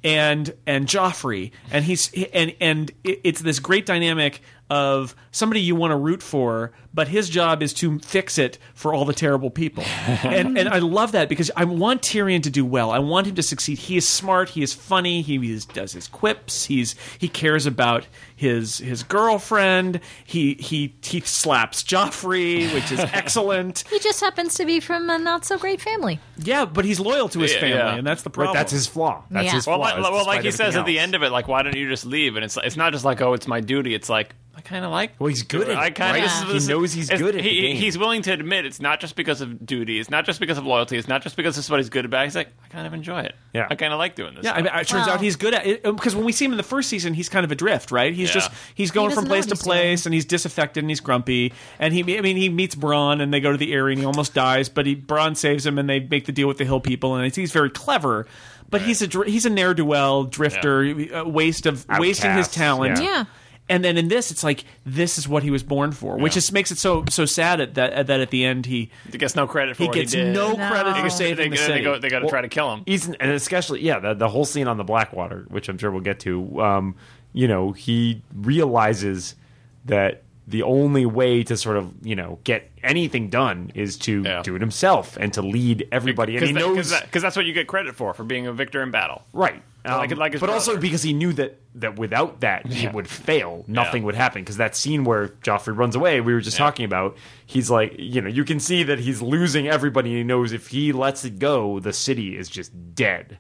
and and Joffrey, and he's and and it- it's this great dynamic of somebody you want to root for, but his job is to fix it for all the terrible people. and and I love that because I want Tyrion to do well. I want him to succeed. He is smart. He is funny. He is, does his quips. He's he cares about his his girlfriend. He he he slaps Joffrey, which is excellent. He just happens to be from a not so great family. yeah, but he's loyal to his Yeah, family, yeah. and that's the Right, problem. that's his flaw. That's Yeah. his flaw. Well, Well, like, is well, like despite he says everything at the else. end of it, like, why don't you just leave? And it's it's not just like, oh, it's my duty. It's like I kind of like. Well, he's good at I it, kind right? of. He knows he's good at the game. He's willing to admit it's not just because of duty. It's not just because of loyalty. It's not just because this is what he's good about. He's like, I kind of enjoy it. Yeah. I kind of like doing this. Yeah, I stuff. mean, it turns Well- out he's good at it because when we see him in the first season, he's kind of adrift, right? He's Yeah. just he's going doesn't from know place what to he's doing. place, and he's disaffected and he's grumpy. And he, I mean, he meets Braun, and they go to the area, and he almost dies, but he Braun saves him, and they make the deal with the hill people, and it's, he's very clever. But he's a dr- he's a ne'er do well drifter, uh, waste of wasting his Outcast, talent. Yeah. Yeah. And then in this, it's like this is what he was born for, which just makes it so so sad at that that at the end he he gets no credit for he what gets he did. no No. credit They for get- They, they, saving the go- city. they go. They got to Well, try to kill him. He's, and especially, yeah, the, the whole scene on the Blackwater, which I'm sure we'll get to. Um, you know, he realizes that the only way to sort of you know get anything done is to Yeah. do it himself and to lead everybody, and he knows because that's what you get credit for for being a victor in battle. right. Um, Like- like his but also brother. because he knew that that without that he would fail, nothing would happen. Because that scene where Joffrey runs away, we were just talking about, he's like, you know, you can see that he's losing everybody. And he knows if he lets it go, the city is just dead.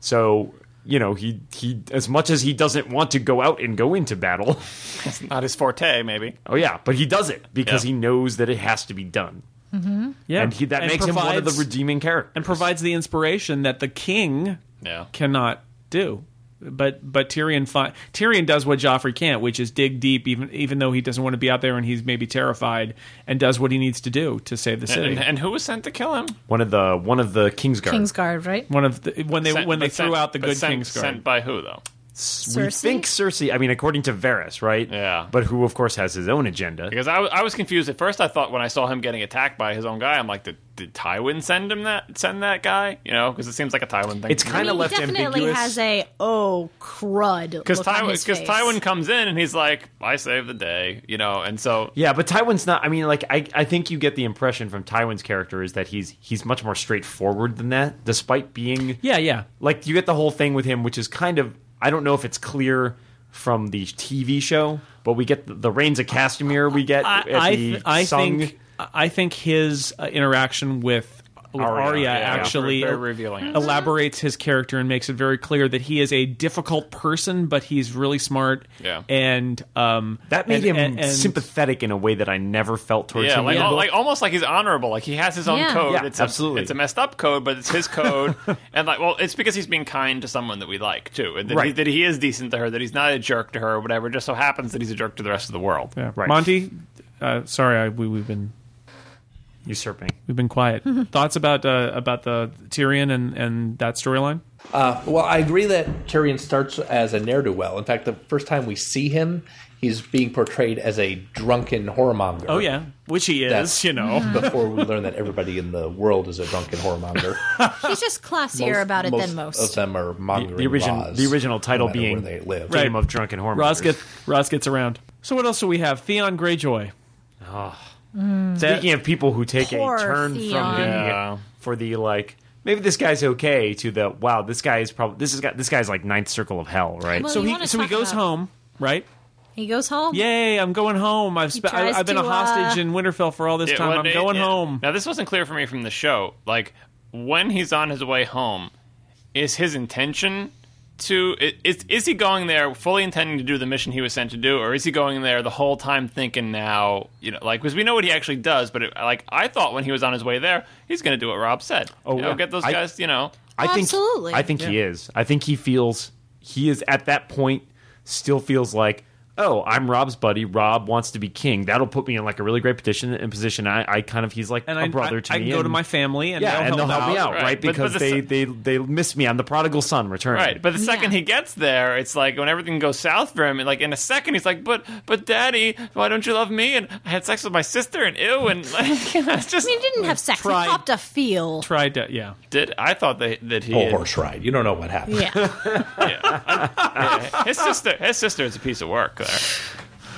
So you know, he he as much as he doesn't want to go out and go into battle, It's not his forte, maybe. oh yeah, but he does it because Yeah. he knows that it has to be done, yeah, and he, that makes him one of the provides- redeeming characters. and provides the inspiration that the king Yeah. cannot do. But but Tyrion fi- Tyrion does what Joffrey can't, which is dig deep, even even though he doesn't want to be out there and he's maybe terrified, and does what he needs to do to save the city. And, and who was sent to kill him? one of the one of the Kingsguard. Kingsguard, right? one of the, when they Sent- when they but sent- threw out the but good sent, king's guard, Sent by who though? we Cersei? think Cersei. I mean, according to Varys, right? Yeah. But who, of course, has his own agenda. Because I, wa- I was confused at first. I thought when I saw him getting attacked by his own guy, I'm like, did, did Tywin send him that? Send that guy? You know, because it seems like a Tywin thing. It's I kind mean, of he left definitely ambiguous. has a oh crud because look on Tywin his because face. Tywin comes in and he's like, I saved the day, you know, and so yeah, but Tywin's not. I mean, like, I, I think you get the impression from Tywin's character is that he's he's much more straightforward than that, despite being yeah, yeah, like you get the whole thing with him, which is kind of I don't know if it's clear from the TV show, but we get the, the reigns of Castamere. We get I, at I, the th- I Sung- think I think his uh, interaction with with Arya, Arya, yeah, yeah. actually Very- very revealing. Mm-hmm. elaborates his character and makes it very clear that he is a difficult person, but he's really smart. Yeah. and um, that and- made him and- and- sympathetic in a way that I never felt towards yeah, him. like, in the al- book. like almost like he's honorable. Like he has his own Yeah. code. Yeah, it's a, absolutely. It's a messed up code, but it's his code. and like, well, it's because he's being kind to someone that we like too, and that, he, Right. that he is decent to her, that he's not a jerk to her or whatever. It just so happens that he's a jerk to the rest of the world. Yeah. Right. Monty, uh, sorry, I, we, we've been usurping. we've been quiet. Thoughts about uh, about the Tyrion and and that storyline? Uh, well, I agree that Tyrion starts as a ne'er do well. In fact, the first time we see him, he's being portrayed as a drunken whoremonger. Oh yeah, which he is, That's- you know. Before we learn that everybody in the world is a drunken whoremonger, He's just classier about it than of most. them are mongering The original, laws, the original no title matter being where they live. Right. Kingdom of Drunken Hormone. Ross gets Ross gets around. So what else do we have? Theon Greyjoy. Speaking of people who take Poor a turn Theon. from the Yeah. for the like maybe this guy's okay to the wow this guy is probably this is got this guy's like ninth circle of hell right Well, So you he wanna so he talk goes about- home, right? He goes home. Yay! I'm going home. I've spe- I, tries I've been a to, uh, hostage in Winterfell for all this Yeah, time. well, I'm it- going yeah. home. Now, this wasn't clear for me from the show. Like, when he's on his way home, is his intention to i- is is he going there fully intending to do the mission he was sent to do, or is he going there the whole time thinking now, you know, like because we know what he actually does, but it, like I thought when he was on his way there, he's going to do what Rob said. Oh, you know, yeah. get those I- guys, you know. I think Absolutely. I think he is I think he feels he is at that point still feels like oh I'm Rob's buddy Rob wants to be king that'll put me in like a really great position in position I, I kind of he's like And a I, brother I, to I me can go and- to my family and yeah they'll and they'll help me out right, right. But- because but they, the s- they they miss me I'm the prodigal son returning Right, but the second Yeah. he gets there, it's like when everything goes south for him. And like in a second, he's like, "But, but, Daddy, why don't you love me?" And I had sex with my sister, and ew, and like, you know, it's just I mean, he didn't have sex. Tried. He popped a feel. Tried to yeah. Did I thought that that he Whole had- horse ride. You don't know what happened. Yeah. his sister his sister is a piece of work there.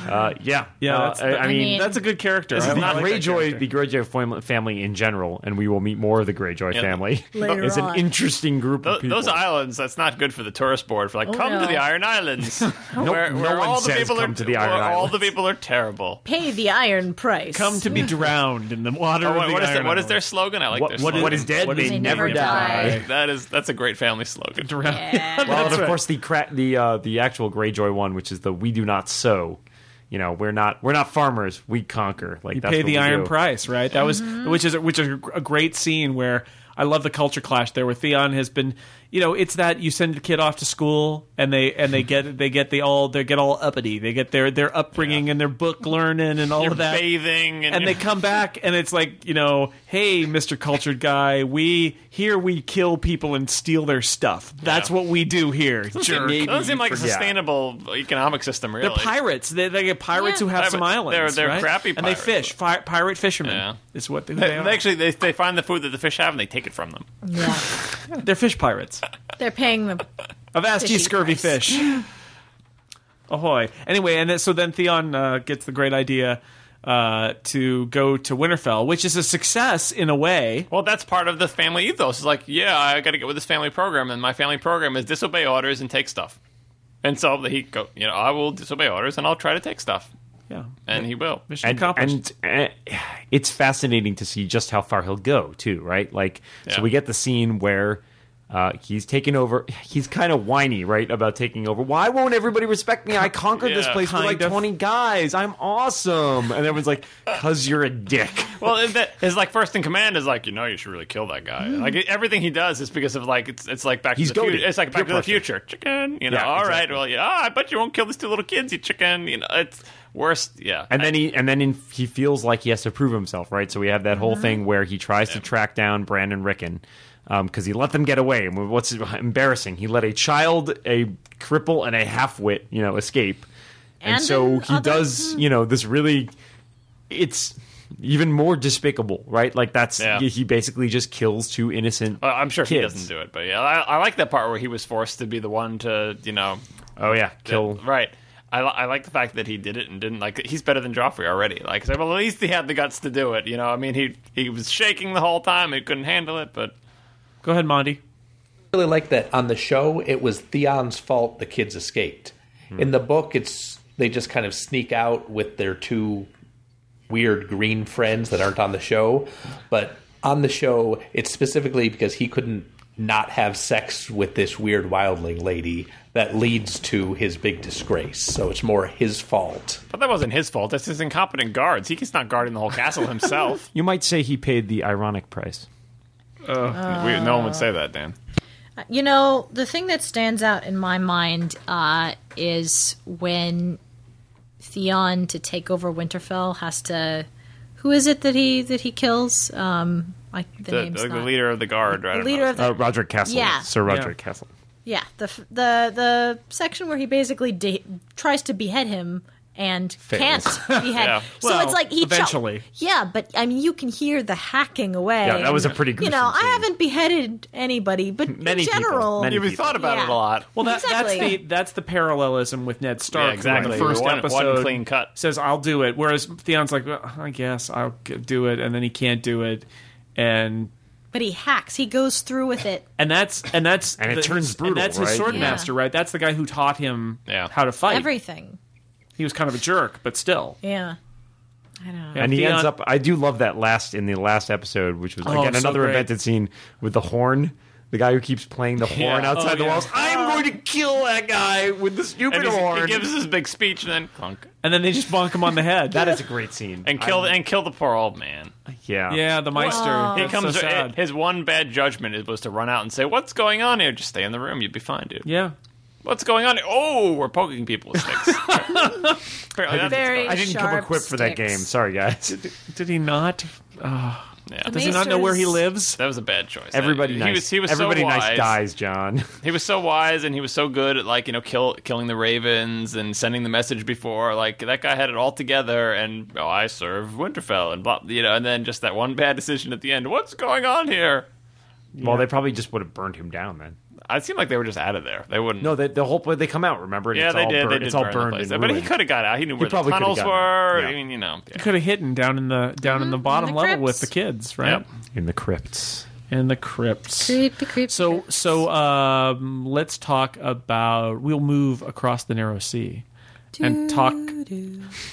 Uh, yeah, Yeah, Uh, that's- I, I I mean, mean- That's a good character. this I is the like that Greyjoy, character. the Greyjoy fam- family in general, and we will meet more of the Greyjoy family. Later It's an on. interesting group Tho- of people. Those islands, that's not good for the tourist board. For like, Oh, come to no. the Iron Islands, where, no where one all the says people are come to the Iron where all the Islands. people are terrible. Pay the iron price. Come to be drowned Oh, in the water. Or of what, the what is Iron their, what is their Islands. slogan? I like What- their what slogan. is- what is dead What may is- They never never die. die. That is that's a great family slogan. Yeah. Well, and That's of right. course the cra- the uh, the actual Greyjoy one, which is the we do not sow. You know, we're not we're not farmers. We conquer. Like You that's pay what the we iron do. price, right? That was Mm-hmm. which is which is a great scene where I love the culture clash there, where Theon has been, you know, it's that you send the kid off to school and they and they get they get the all they get all uppity, they get their their upbringing and their book learning and all You're of that. bathing, and, and they you're- come back and it's like you know hey mr cultured guy we here we kill people and steal their stuff that's what we do here jerk. maybe doesn't seem you like a forget. sustainable economic system. Really, they're pirates they, they get pirates Yeah. who have Yeah, some but islands they're- they're right? crappy and they pirates. fish fi- pirate fishermen Yeah. is what they, They, they are they actually they, they find the food that the fish have and they take it from them. Yeah. they're fish pirates They're paying the I've asked you, Fishy scurvy price. fish. Ahoy! Anyway, and then, so then Theon uh, gets the great idea uh, to go to Winterfell, which is a success in a way. Well, that's part of the family ethos. It's like, yeah, I got to get with this family program, and my family program is disobey orders and take stuff. And so he go, you know, I will disobey orders and I'll try to take stuff, Yeah, and he will. mission and, accomplished. and eh, it's fascinating to see just how far he'll go too right like Yeah. so we get the scene where uh, he's taking over he's kind of whiny right about taking over why won't everybody respect me i conquered this Yeah, place with like kind of. 20 guys i'm awesome and everyone's like cuz you're a dick Well, is that, his like first in command is like, you know, you should really kill that guy. Like everything he does is because of like it's it's like back He's to the goaded. future. It's like back Peer to the pressure. future, chicken. You know, Yeah, all right, exactly. well, yeah, ah, I bet you won't kill these two little kids, you chicken. You know, it's worst. Yeah, and then he and then in, he feels like he has to prove himself right so we have that whole thing where he tries to track down brandon rickon because he let them get away and what's embarrassing he let a child a cripple and a halfwit you know escape and, And so then he other- does you know this really it's even more despicable right like that's Yeah. he basically just kills two innocent Well, I'm sure he kids. doesn't do it, but yeah, I, I like that part where he was forced to be the one to, you know, oh yeah kill Right. I, li- I like the fact that he did it and didn't like. He's better than Joffrey already. Like, so, well, at least he had the guts to do it. You know, I mean, he he was shaking the whole time. He couldn't handle it, but go ahead, Monty. really like that on the show it was theon's fault the kids escaped in the book it's they just kind of sneak out with their two weird green friends that aren't on the show but on the show it's specifically because he couldn't not have sex with this weird wildling lady that leads to his big disgrace so it's more his fault but that wasn't his fault. That's his incompetent guards. He's not guarding the whole castle himself. you might say he paid the ironic price Oh. we, no one would say that, Dan. You know, the thing that stands out in my mind uh, is when Theon to take over Winterfell has to. Who is it that he that he kills? Um, I, the, The, name's the, not. leader of the guard. I the don't leader know. of the uh, roger castle Yeah. sir roger castle yeah the f- the the section where he basically de- tries to behead him and can't behead. Yeah. So Well, it's like he cho- eventually. yeah, but I mean, you can hear the hacking away. Yeah, that was a pretty You gruesome know, scene. I haven't beheaded anybody, but Many in people. general, Many You we thought about it Yeah. a lot. Well, that, that's Exactly. the that's the parallelism with Ned Stark. Yeah, exactly. who in The first One- one episode, clean cut. says, "I'll do it," whereas Theon's like, well, "I guess I'll g- do it," and then he can't do it, and but he hacks. He goes through with it. and that's and that's And it the- turns brutal, And that's his right? sword Yeah. master, right? That's the guy who taught him Yeah. how to fight. Everything. he was kind of a jerk, but still. Yeah. I don't know. and he Theon- ends up. I do love that last in the last episode, which was Oh, again so another great. invented scene with the horn. The guy who keeps playing the horn outside Oh, the yeah. walls. I'm going to kill that guy with the stupid And he's- horn. he gives his big speech and then clunk and then they just bonk him on the head. that is a great scene. and kill and kill the poor old man. yeah, yeah, the Meister. Wow. He He It comes Oh, so sad. his one bad judgment was to run out and say, "What's going on here? Just stay in the room. You'd be fine, dude." yeah. What's going on? Oh, we're poking people with sticks. Apparently, that's Very- I didn't come Sharp equipped for that sticks. game. Sorry, guys. Did he not? yeah, Does he not know where he lives? that was a bad choice. Everybody he nice. was he was Everybody so wise. nice dies, John. He was so wise, and he was so good at like you know kill killing the ravens and sending the message before. Like that guy had it all together, and oh, I serve Winterfell, and blah, you know, and then just that one bad decision at the end. What's going on here? Well, they probably just would have burned him down then. It seemed like they were just out of there. They wouldn't. No, they, the whole place they come out. Remember? And yeah, it's they all did. Burned, they did it's all burn the burned place. and but he ruined. could have got out. He knew where the probably coulda tunnels gotten were. out. Yeah. I mean, you know, yeah. Could have hidden down in the down in the bottom Mm-hmm. the level with crypts. the kids, right? Yep. in the crypts. In the crypts. Creepy, creepy. So so um, let's talk about. We'll move across the narrow sea and talk.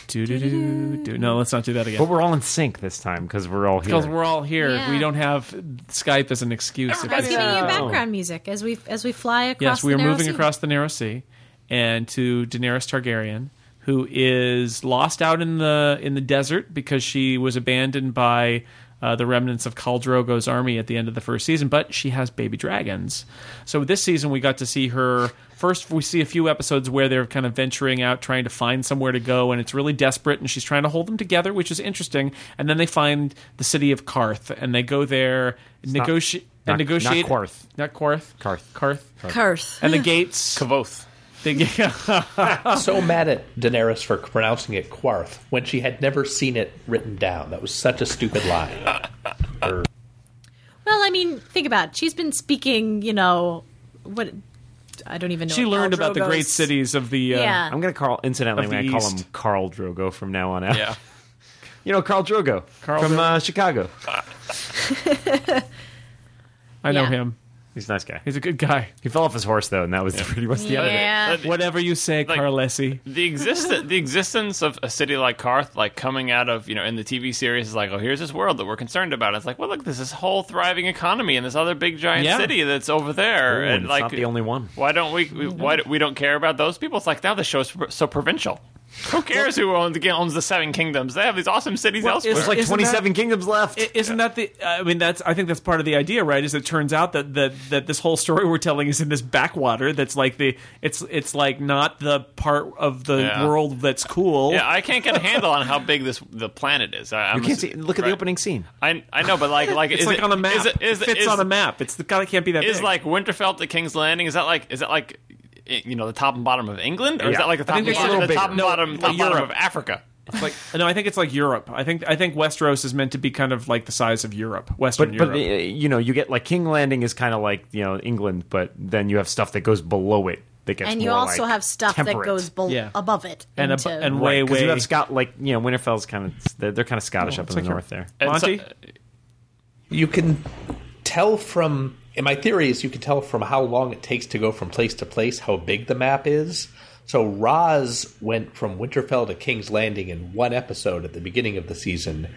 Do do do do. No, let's not do that But again. we're all in sync this time because we're all here. Because we're all here. Yeah. We don't have Skype as an excuse. if I was it's- uh, giving you background music as we as we fly Oh. across. Yes, we the are narrow moving sea. across the narrow sea, and to Daenerys Targaryen, who is lost out in the in the desert because she was abandoned by uh, the remnants of Khal Drogo's army at the end of the first season. But she has baby dragons, so this season we got to see her. First, we see a few episodes where they're kind of venturing out, trying to find somewhere to go, and it's really desperate, and she's trying to hold them together, which is interesting. And then they find the city of Karth, and they go there, not- negotiate. not- and negotiate not Qarth. not Quarth, Qarth. Karth, Karth. and the gates. Kavoth. They, yeah, so mad at Daenerys for pronouncing it Quarth when she had never seen it written down. That was such a stupid lie. Well, I mean, think about it. she's been speaking. You know what? I don't even know. she what learned about the Aldrogo's- great cities of the. Uh, Yeah. I'm gonna call incidentally. Of I'm the gonna call East. him Carl Drogo from now on out. Yeah. You know Carl Drogo Khal from Drogo. Uh, Chicago. I know Yeah. him. He's a nice guy. He's a good guy. He fell off his horse though, and that was pretty much the end of it. Yeah. But Whatever you say, Like- Carlesi. the existence the existence of a city like Karth, like coming out of you know in the TV series is like, oh, here's this world that we're concerned about. It's like, well, look, there's this whole thriving economy and this other big giant Yeah. city that's over there, Ooh, and, and it's like not the only one. Why don't we? we why do, we don't care about those people? It's like now the show's pro- so provincial. Who cares who owns, owns the Seven Kingdoms? They have these awesome cities elsewhere. There's like Isn't that- 27 kingdoms left. I- Isn't that the? I mean, that's. I think that's part of the idea, right? Is it turns out that that that this whole story we're telling is in this backwater. That's like the. It's it's like not the part of the Yeah. world that's cool. yeah, I can't get a handle on how big this the planet is. I, I'm you can't assu- see. Look at right. the opening scene. I I know, but like like It's is like it- on a map. Is it, is, it fits is- on a map. It's the kind of can't be that is big. like Winterfell to King's Landing. Is that like is that like i- you know the top and bottom of England, or is Yeah. that like the I top think and it's a bottom, little the top bigger. and bottom, top and bottom Europe. of Africa? like no, I think it's like Europe. I think I think Westeros is meant to be kind of like the size of Europe, Western But Europe. but uh, you know you get like King Landing is kind of like you know England, but then you have stuff that goes below it that gets and you more, also like, have stuff temperate. that goes bel Yeah. above it And ab- into, and Right, way 'cause way You have Scott like you know Winterfell's kind of they're, they're kind of Scottish up in the like your- north there. And so- Monty? You can tell from, in my theory, is you can tell from how long it takes to go from place to place how big the map is. So Roz went from Winterfell to King's Landing in one episode at the beginning of the season,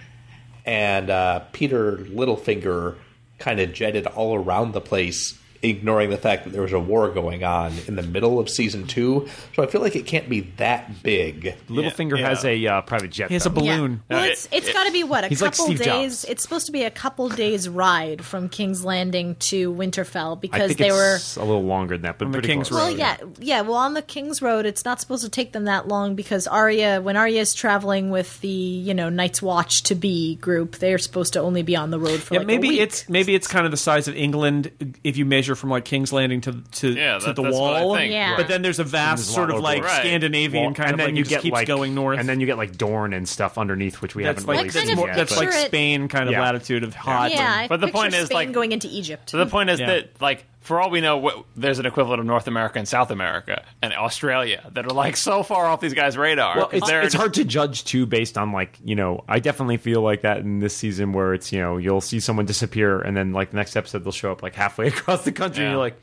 and uh, Peter Littlefinger kind of jetted all around the place, ignoring the fact that there was a war going on in the middle of season two. So I feel like it can't be that big. Littlefinger yeah. has a uh, private jet. He has a though. balloon. Yeah. Well, it's it's got to be what a He's like couple Steve days. Jobs. It's supposed to be a couple days ride from King's Landing to Winterfell I because think they were. it's a little longer than that, but the pretty King's close. Well, Road. yeah, yeah. Well, on the King's Road, it's not supposed to take them that long because Arya, when Arya is traveling with the you know Night's Watch to be group, they're supposed to only be on the road for Yeah, like a maybe week. it's maybe it's kind of the size of England if you measure from like King's Landing to to, Yeah, to that- the that's what I wall. think. Yeah. But then there's a vast There's a lot sort of over like there. Right. Scandinavian Well, kind and of like then you it just get keeps like going north. and then you get like Dorn and stuff underneath, which we that's haven't like really I that's, kind seen of more, yet. that's but- like picture it- Spain kind of Yeah. latitude of hot. yeah. I But the picture point is, Spain like- going into Egypt. So the point is Yeah. that like for all we know, wh- there's an equivalent of North America and South America and Australia that are like so far off these guys' radar. Well, 'cause it's, they're it's just- hard to judge too, based on like you know. I definitely feel like that in this season, where it's you know you'll see someone disappear, and then like the next episode they'll show up like halfway across the country. Yeah. and You're like,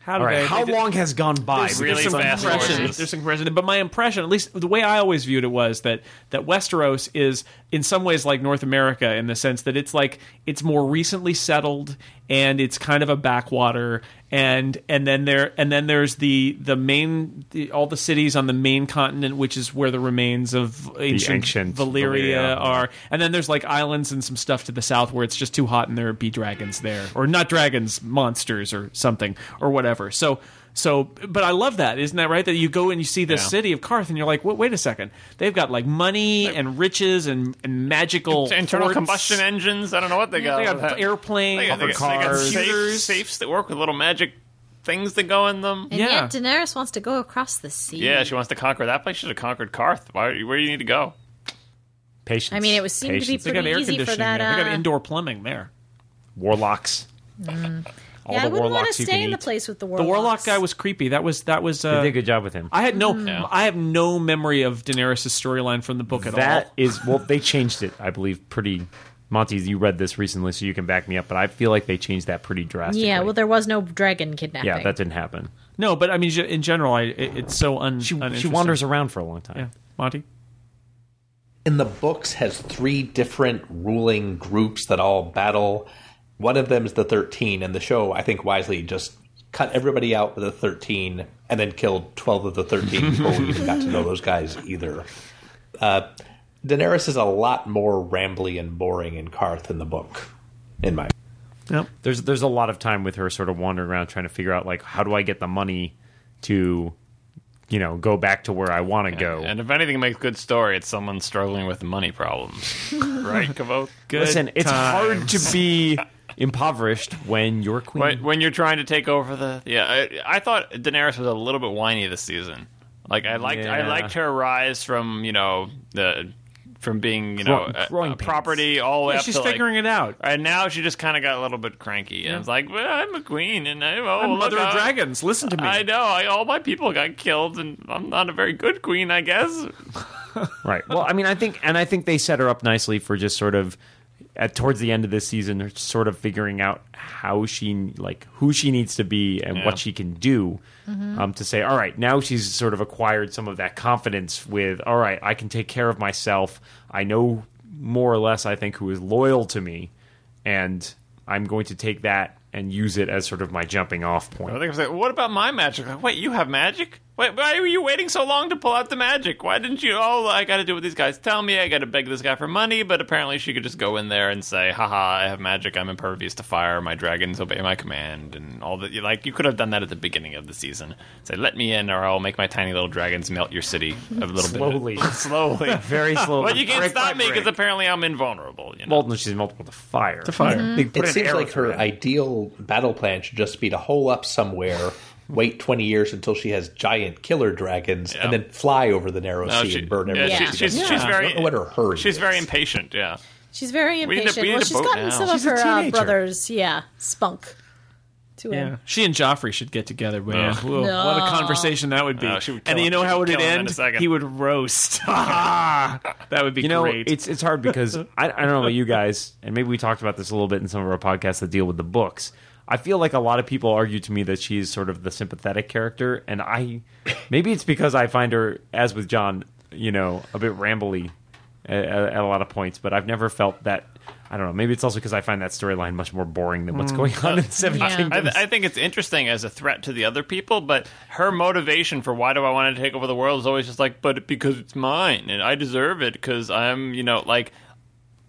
How do all right, they- how they- long has gone by? There's, really there's some fast impression. horses. There's some impression. But my impression, at least the way I always viewed it, was that that Westeros is in some ways like North America in the sense that it's like it's more recently settled and it's kind of a backwater. And and then there and then there's the the main the, all the cities on the main continent, which is where the remains of ancient, ancient Valyria, Valyria. are. And then there's like islands and some stuff to the south where it's just too hot and there be dragons there, or not dragons, monsters or something or whatever. So. So, but I love that, isn't that right? That you go and you see this Yeah. city of Karth, and you're like, "Wait, wait a second! They've got like money and riches and, and magical internal forts. combustion engines. I don't know what they got. They over there. got airplanes, They got, they got, they got cars. safe, computers. safes that work with little magic things that go in them. and yeah. yet Daenerys wants to go across the sea. Yeah, she wants to conquer that place. She should have conquered Karth. Why, where do you need to go? Patience. I mean, it was- seemed to be Patience. They got Pretty air easy for uh, conditioning. that, there. They got uh, indoor plumbing there. warlocks. All yeah, I the wouldn't want warlocks to you can stay in the eat. place with the The warlocks. warlock guy was creepy. That was that was. They Uh, did a good job with him. I had Mm. no. I have no memory of Daenerys' storyline from the book at That all. is well, they changed it, I believe, pretty. Monty, you read this recently, so you can back me up. But I feel like they changed that pretty drastically. Yeah, well, there was no dragon kidnapping. yeah, that didn't happen. No, but I mean, ge- in general, I, it, it's so un. She, she uninteresting. wanders around for a long time. Yeah, Monty. in the books has three different ruling groups that all battle. One of them is the 13, and the show, I think, wisely just cut everybody out with the 13 and then killed 12 of the 13 before we even got to know those guys either. Uh, Daenerys is a lot more rambly and boring in Karth than the book, in my Yep. There's there's a lot of time with her sort of wandering around trying to figure out like how do I get the money to, you know, go back to where I want to go. And if anything makes good story, it's someone struggling with money problems, right, Kavoth? Good Listen, it's hard times. to be impoverished when you're queen. Hmm. When, when you're trying to take over the yeah, I, I thought Daenerys was a little bit whiny this season. Like I liked I Yeah. liked her rise from you know the from being you know Growing- a- growing a pains. property all the way Yeah, up she's to like, figuring it out. And now she just kind of got a little bit cranky and it's like, well, I'm a queen and I'm, oh, I'm look, Mother of I- Dragons. Listen to me. I know. I, all my people got killed, and I'm not a very good queen, I guess. Right. Well, I mean, I think, and I think they set her up nicely for just sort of at towards the end of this season, sort of figuring out how she like who she needs to be and Yeah. what she can do um, to say, all right, now she's sort of acquired some of that confidence with, all right, I can take care of myself. I know more or less, I think, who is loyal to me, and I'm going to take that and use it as sort of my jumping off I point. think I was like, what about my magic? Like, Wait, you have magic? Wait, why were you waiting so long to pull out the magic? Why didn't you? Oh, I got to do what these guys tell me. I got to beg this guy for money. But apparently, she could just go in there and say, haha, I have magic. I'm impervious to fire. My dragons obey my command. And all that. Like, you could have done that at the beginning of the season. Say, let me in, or I'll make my tiny little dragons melt your city a little Slowly. bit. Slowly. Very slowly. But you can't Brick by stop me brick. because apparently I'm invulnerable. You know? Well, no, she's multiple to fire. To fire. They put it an seems arrow like through her ideal battle plan should just be to hole up somewhere, wait 20 years until she has giant killer dragons, and then fly over the narrow sea and burn everything. Uh, yeah, she- she's, she's, Yeah. she's I very don't know what her hurry she's is. very impatient. Yeah, She's very We need to- impatient. we need well, to she's vote gotten now. some She's a of her uh, teenager. brothers, yeah, spunk to him. Yeah. She and Joffrey should get together, man. Yeah. Whoa, What a conversation that would be. No, she would kill and you him. know She how would would it kill him in end? a second. He would roast. that would be You know, great. it's it's hard because I, I don't know about you guys, and maybe we talked about this a little bit in some of our podcasts that deal with the books. I feel like a lot of people argue to me that she is sort of the sympathetic character, and I maybe it's because I find her, as with John, you know, a bit rambly at, at a lot of points. But I've never felt that. I don't know. Maybe it's also because I find that storyline much more boring than what's going on in Seven Yeah. Kingdoms. I, th- I think it's interesting as a threat to the other people, but her motivation for why do I want to take over the world is always just like, but because it's mine and I deserve it because I'm, you know, like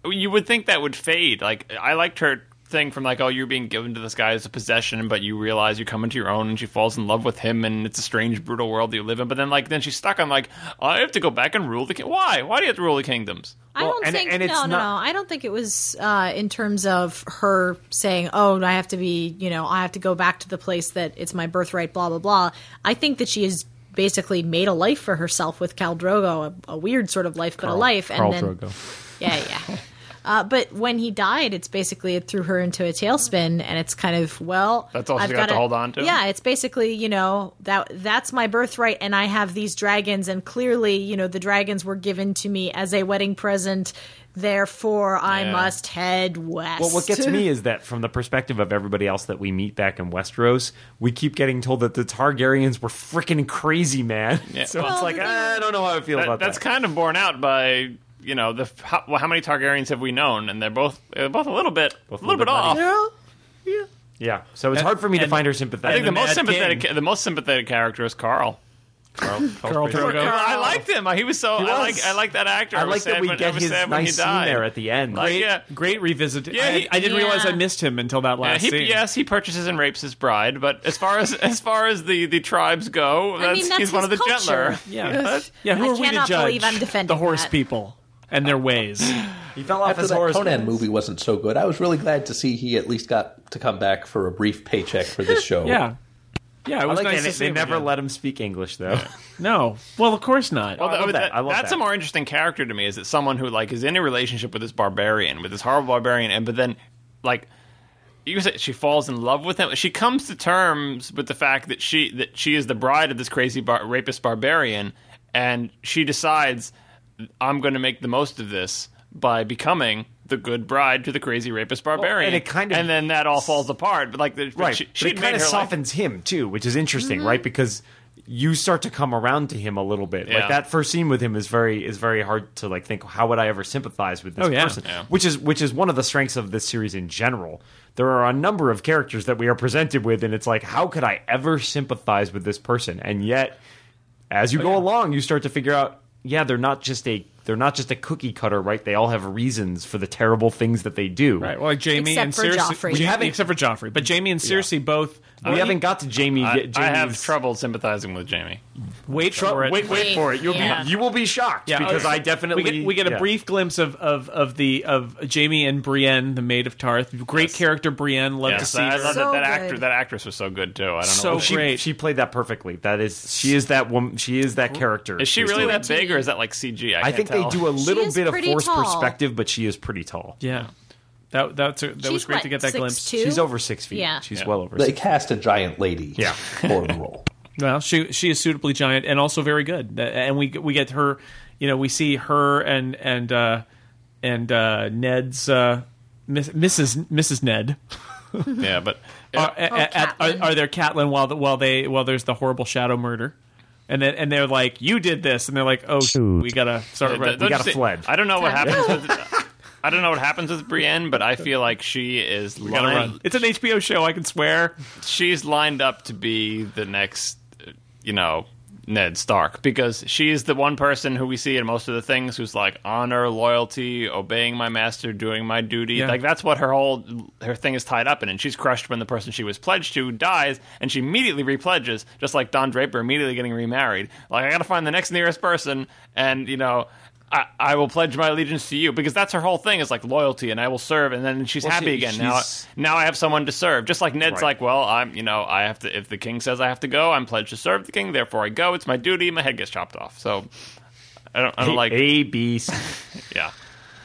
you would think that would fade. Like I liked her thing from like, oh, you're being given to this guy as a possession, but you realize you come into your own, and she falls in love with him, and it's a strange, brutal world that you live in. But then like, then she's stuck on like, I have to go back and rule the king. Why? Why do you have to rule the kingdoms? I Well, don't and- think and it's no, no, not- no. I don't think it was uh, in terms of her saying, "Oh, I have to be, you know, I have to go back to the place that it's my birthright." Blah blah blah. I think that she has basically made a life for herself with Cal Drogo, a, a weird sort of life, but a life. Khal and then, Drogo. yeah, yeah. Uh, but when he died, it's basically it threw her into a tailspin, and it's kind of well. That's all she's I've got to gotta- hold on to? Yeah, it's basically you know that that's my birthright, and I have these dragons, and clearly you know the dragons were given to me as a wedding present. Therefore, I Yeah. must head west. Well, what gets me is that from the perspective of everybody else that we meet back in Westeros, we keep getting told that the Targaryens were freaking crazy, man. so well, it's like, "Ah, they were- I don't know how I feel That- about that's that. kind of borne out by you know the how, well, how many Targaryens have we known, and they're both they're both a little bit a little bit off. Girl, yeah, so it's hard for me to and- find her I sympathetic. think the, the most Mad sympathetic the most sympathetic character is Carl. Carl, Khal Drogo. I liked him. He was so I was. like I like that actor. I was like that sad we when- I get was his sad when he nice scene died. there at the end. Like, yeah. great revisit. Yeah, I, he- I didn't Yeah. realize I missed him until that Yeah, last he- scene. yes, he purchases and rapes his bride, but as far as as far as the, the tribes go, that's, I mean that's he's one of the his culture. gentler. Yeah. Yeah, I who are we to cannot judge believe I'm defending the horse that. people and their ways? he fell off After his that horse. Conan movie wasn't so good, I was really glad to see he at least got to come back for a brief paycheck for this show. Yeah. Yeah, it I was like nice that to see they him never again. let him speak English though. No. Well, of course not. Well, I love Oh, that- that. I love that's that. a more interesting character to me. Is that someone who like is in a relationship with this barbarian, with this horrible barbarian, and but then like you could say she falls in love with him. She comes to terms with the fact that she that she is the bride of this crazy bar- rapist barbarian, and she decides I'm going to make the most of this by becoming the good bride to the crazy rapist barbarian. and it kind of- and then that all falls apart. But like, the, but right. she, But she it kind of softens him too, which is interesting, right? Because you start to come around to him a little bit. Yeah. Like that first scene with him is very is very hard to like think. How would I ever sympathize with this Oh, yeah. person? Yeah. Which is which is one of the strengths of this series in general. There are a number of characters that we are presented with, and it's like, how could I ever sympathize with this person? And yet, as you Oh, go along, you start to figure out, yeah, they're not just a they're not just a cookie cutter, right? They all have reasons for the terrible things that they do. Right. Well, like Jamie Except and for Cersei. Joffrey. We We haven't, except for Joffrey, but Jamie and Cersei both. We haven't got to Jamie. I, yet. I have Jamie's- trouble sympathizing with Jamie. Wait for Tru- it. Wait, wait Wait, for it. You'll yeah. be you will be shocked Yeah, because oh, I definitely we get, we get a yeah. brief glimpse of, of, of the of Jamie and Brienne, the maid of Tarth. Great character, Brienne. Love to Yes, see I her. love So that, that good. actor, that actress was so good too. I don't So know. Oh, She Great. she played that perfectly. That is she is that woman. She is that character. Is she She's really doing- that big, or is that like CG? I, I can't think tell. they do a little is bit of pretty forced tall. perspective, but she is pretty tall. Yeah, that that's a, that was She's great what, to get that glimpse. 6'2"? She's over six feet. Yeah. She's well over. They Six. cast a giant lady Yeah. for the role. Well, she she is suitably giant and also very good. That- And we we get her, you know, we see her and and uh, and uh, Ned's uh, Miss, Mrs. Mrs. Ned Yeah, but Uh, uh, are, Uh, a- a- at- are, Catelyn. are there Catelyn while the, while they while there's the horrible shadow murder, and then and they're like, you did this, and they're like, oh, Shoot. we gotta start. Th- Right. those gotta thi- fled. I don't know what happens with. I don't know what happens with Brienne, but I feel like she is gotta lined- run. It's an HBO show, I can swear. She's lined up to be the next, uh, you know, Ned Stark because she's the one person who we see in most of the things who's like honor, loyalty, obeying my master, doing my duty. Yeah. Like that's what her whole her thing is tied up in, and she's crushed when the person she was pledged to dies, and she immediately repledges, just like Don Draper immediately getting remarried. Like I got to find the next nearest person, and you know. I, I will pledge my allegiance to you because that's her whole thing is like loyalty and I will serve and then she's Well, happy she- again now she's- now I have someone to serve. Just like Ned's Right. like, well, I'm, you know, I have to. If the king says I have to go, I'm pledged to serve the king. Therefore, I go. It's my duty. My head gets chopped off. So I don't, I don't like, A B C. yeah.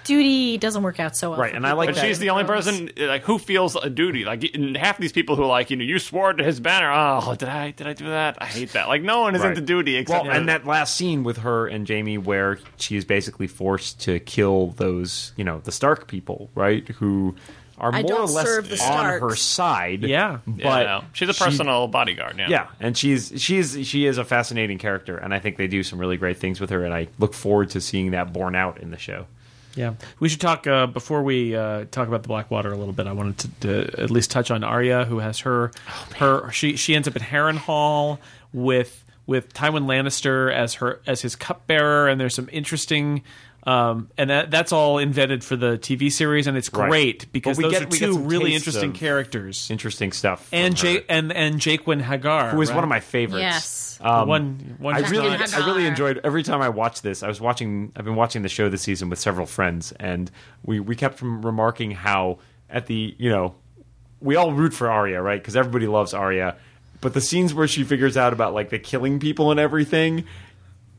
Duty doesn't work out so well. Right, for and I like people But that- with she's the only girls. person like who feels a duty. Like and half these people who are like, you know, you swore to his banner. Oh, did I? Did I do that? I hate that. Like no one is Right. into duty except Well, and that last scene with her and Jamie, where she is basically forced to kill those, you know, the Stark people, right? Who are I more or don't less serve the on her Starks. side. Yeah. but Yeah, no. she's a she- personal bodyguard. Yeah. Yeah, and she's she's she is a fascinating character, and I think they do some really great things with her, and I look forward to seeing that borne out in the show. Yeah, we should talk uh, before we uh, talk about the Blackwater a little bit. I wanted to, to at least touch on Arya, who has her Oh, her she she ends up at Harrenhal with with Tywin Lannister as her as his cupbearer, and there's some interesting. Um, and that, that's all invented for the TV series, and it's Right. great because But we those get- are we get two some really tastes interesting of- characters. Interesting stuff. And from her, Jake and and Jaquin Hagar, who is right? one of my favorites. Yes. Um, one one. I Jack really, and I really Hagar. enjoyed every time I watched this. I was watching, I've been watching the show this season with several friends, and we we kept from remarking how at the you know we all root for Arya, right? Because everybody loves Arya, but the scenes where she figures out about like the killing people and everything.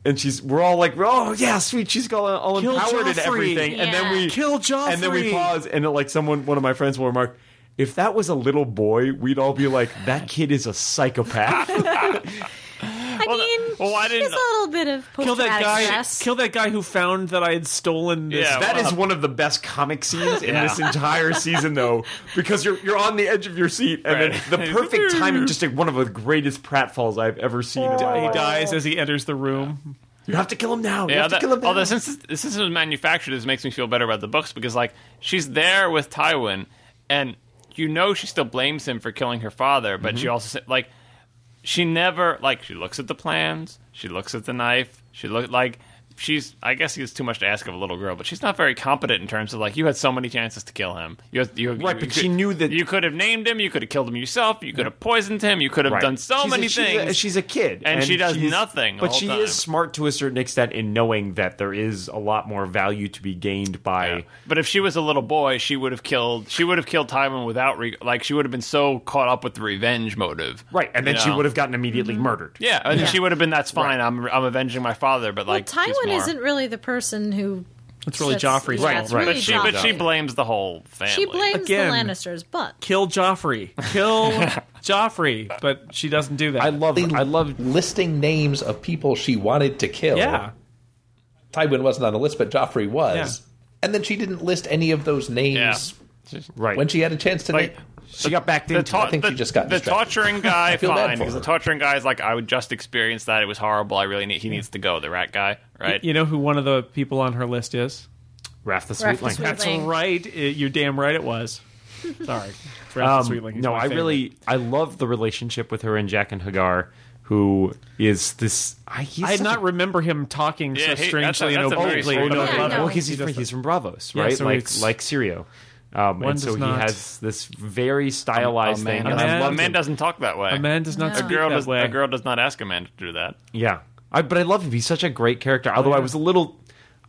And she's, we're all like, oh yeah, sweet. She's all, all Kill empowered and Joffrey. everything. And then Yeah. we Kill and then we Joffrey. pause, and it, like someone, one of my friends will remark, if that was a little boy, we'd all be like, that kid is a psychopath. I mean, well, why she's didn't- a little bit of kill that post-traumatic guy. stress. Kill that guy who found that I had stolen this. Yeah, That is one of the best comic scenes in Yeah. this entire season, though, because you're you're on the edge of your seat, and Right. then the perfect timing, just like one of the greatest pratfalls I've ever seen. in my he life. dies as he enters the room. You have to kill him now. You Yeah, have to that, kill him now. although since this, since it was manufactured, this makes me feel better about the books because like she's there with Tywin, and you know she still blames him for killing her father, but Mm-hmm. she also sa- like she never like she looks at the plans, she looks at the knife, she look like she's I guess it's too much to ask of a little girl, but she's not very competent in terms of like you had so many chances to kill him. You, had, you Right, you but she knew that- you could have named him, you could have killed him yourself, you could have poisoned him, you could have Right. done so She's a- many she's a- things. She's a, kid, and she does she's- nothing the But whole she time. is smart to a certain extent in knowing that there is a lot more value to be gained by. Yeah. But if she was a little boy, she would have killed. She would have killed Tywin without re- like she would have been so caught up with the revenge motive. Right, and then You she know? would have gotten immediately murdered. Yeah, and she would have been. That's fine. I'm I'm avenging my father, but Well, like she's Tywin more- isn't really the person who It's really That's- Joffrey's yeah, fault. it's Right. really But she, but she Joffrey. blames the whole family. She blames Again. the Lannisters, but Kill Joffrey. Kill Joffrey. But she doesn't do that. I love I love listing names of people she wanted to kill. Yeah. Tywin wasn't on the list, but Joffrey was. Yeah. And then she didn't list any of those Yeah. names right when she had a chance to. Like, name. she got backed The, into ta- I think the, she just got the distracted. torturing guy, feel bad fine, for because the her. torturing guy's like, I would just experience that. It was horrible. I really need. He needs to go. The rat guy, right? You know who one of the people on her list is? Wrath the Wrath the Sweetling. Sweetling. That's Sweetling. right. It- you're damn right. It was. Sorry. Um, Ralph Sweetling is no, my I favorite. really I love the relationship with her and Jack and Hagar, who is this. I, he's I such did not a- remember him talking Yeah, so he- strangely that's a- and that's a very obliquely. Oh, strange about Yeah, Bravo. no. well, because he's He from, does he's that. from Bravos, Yeah, right? so like it's- like Sirio, um, One and so does he not- has this very stylized a thing. man, and a I man- love a man doesn't talk that way. A man does not No. a speak girl that does. way. A girl does not ask a man to do that. Yeah, I but I love him. He's such a great Oh, character. Although I was a little,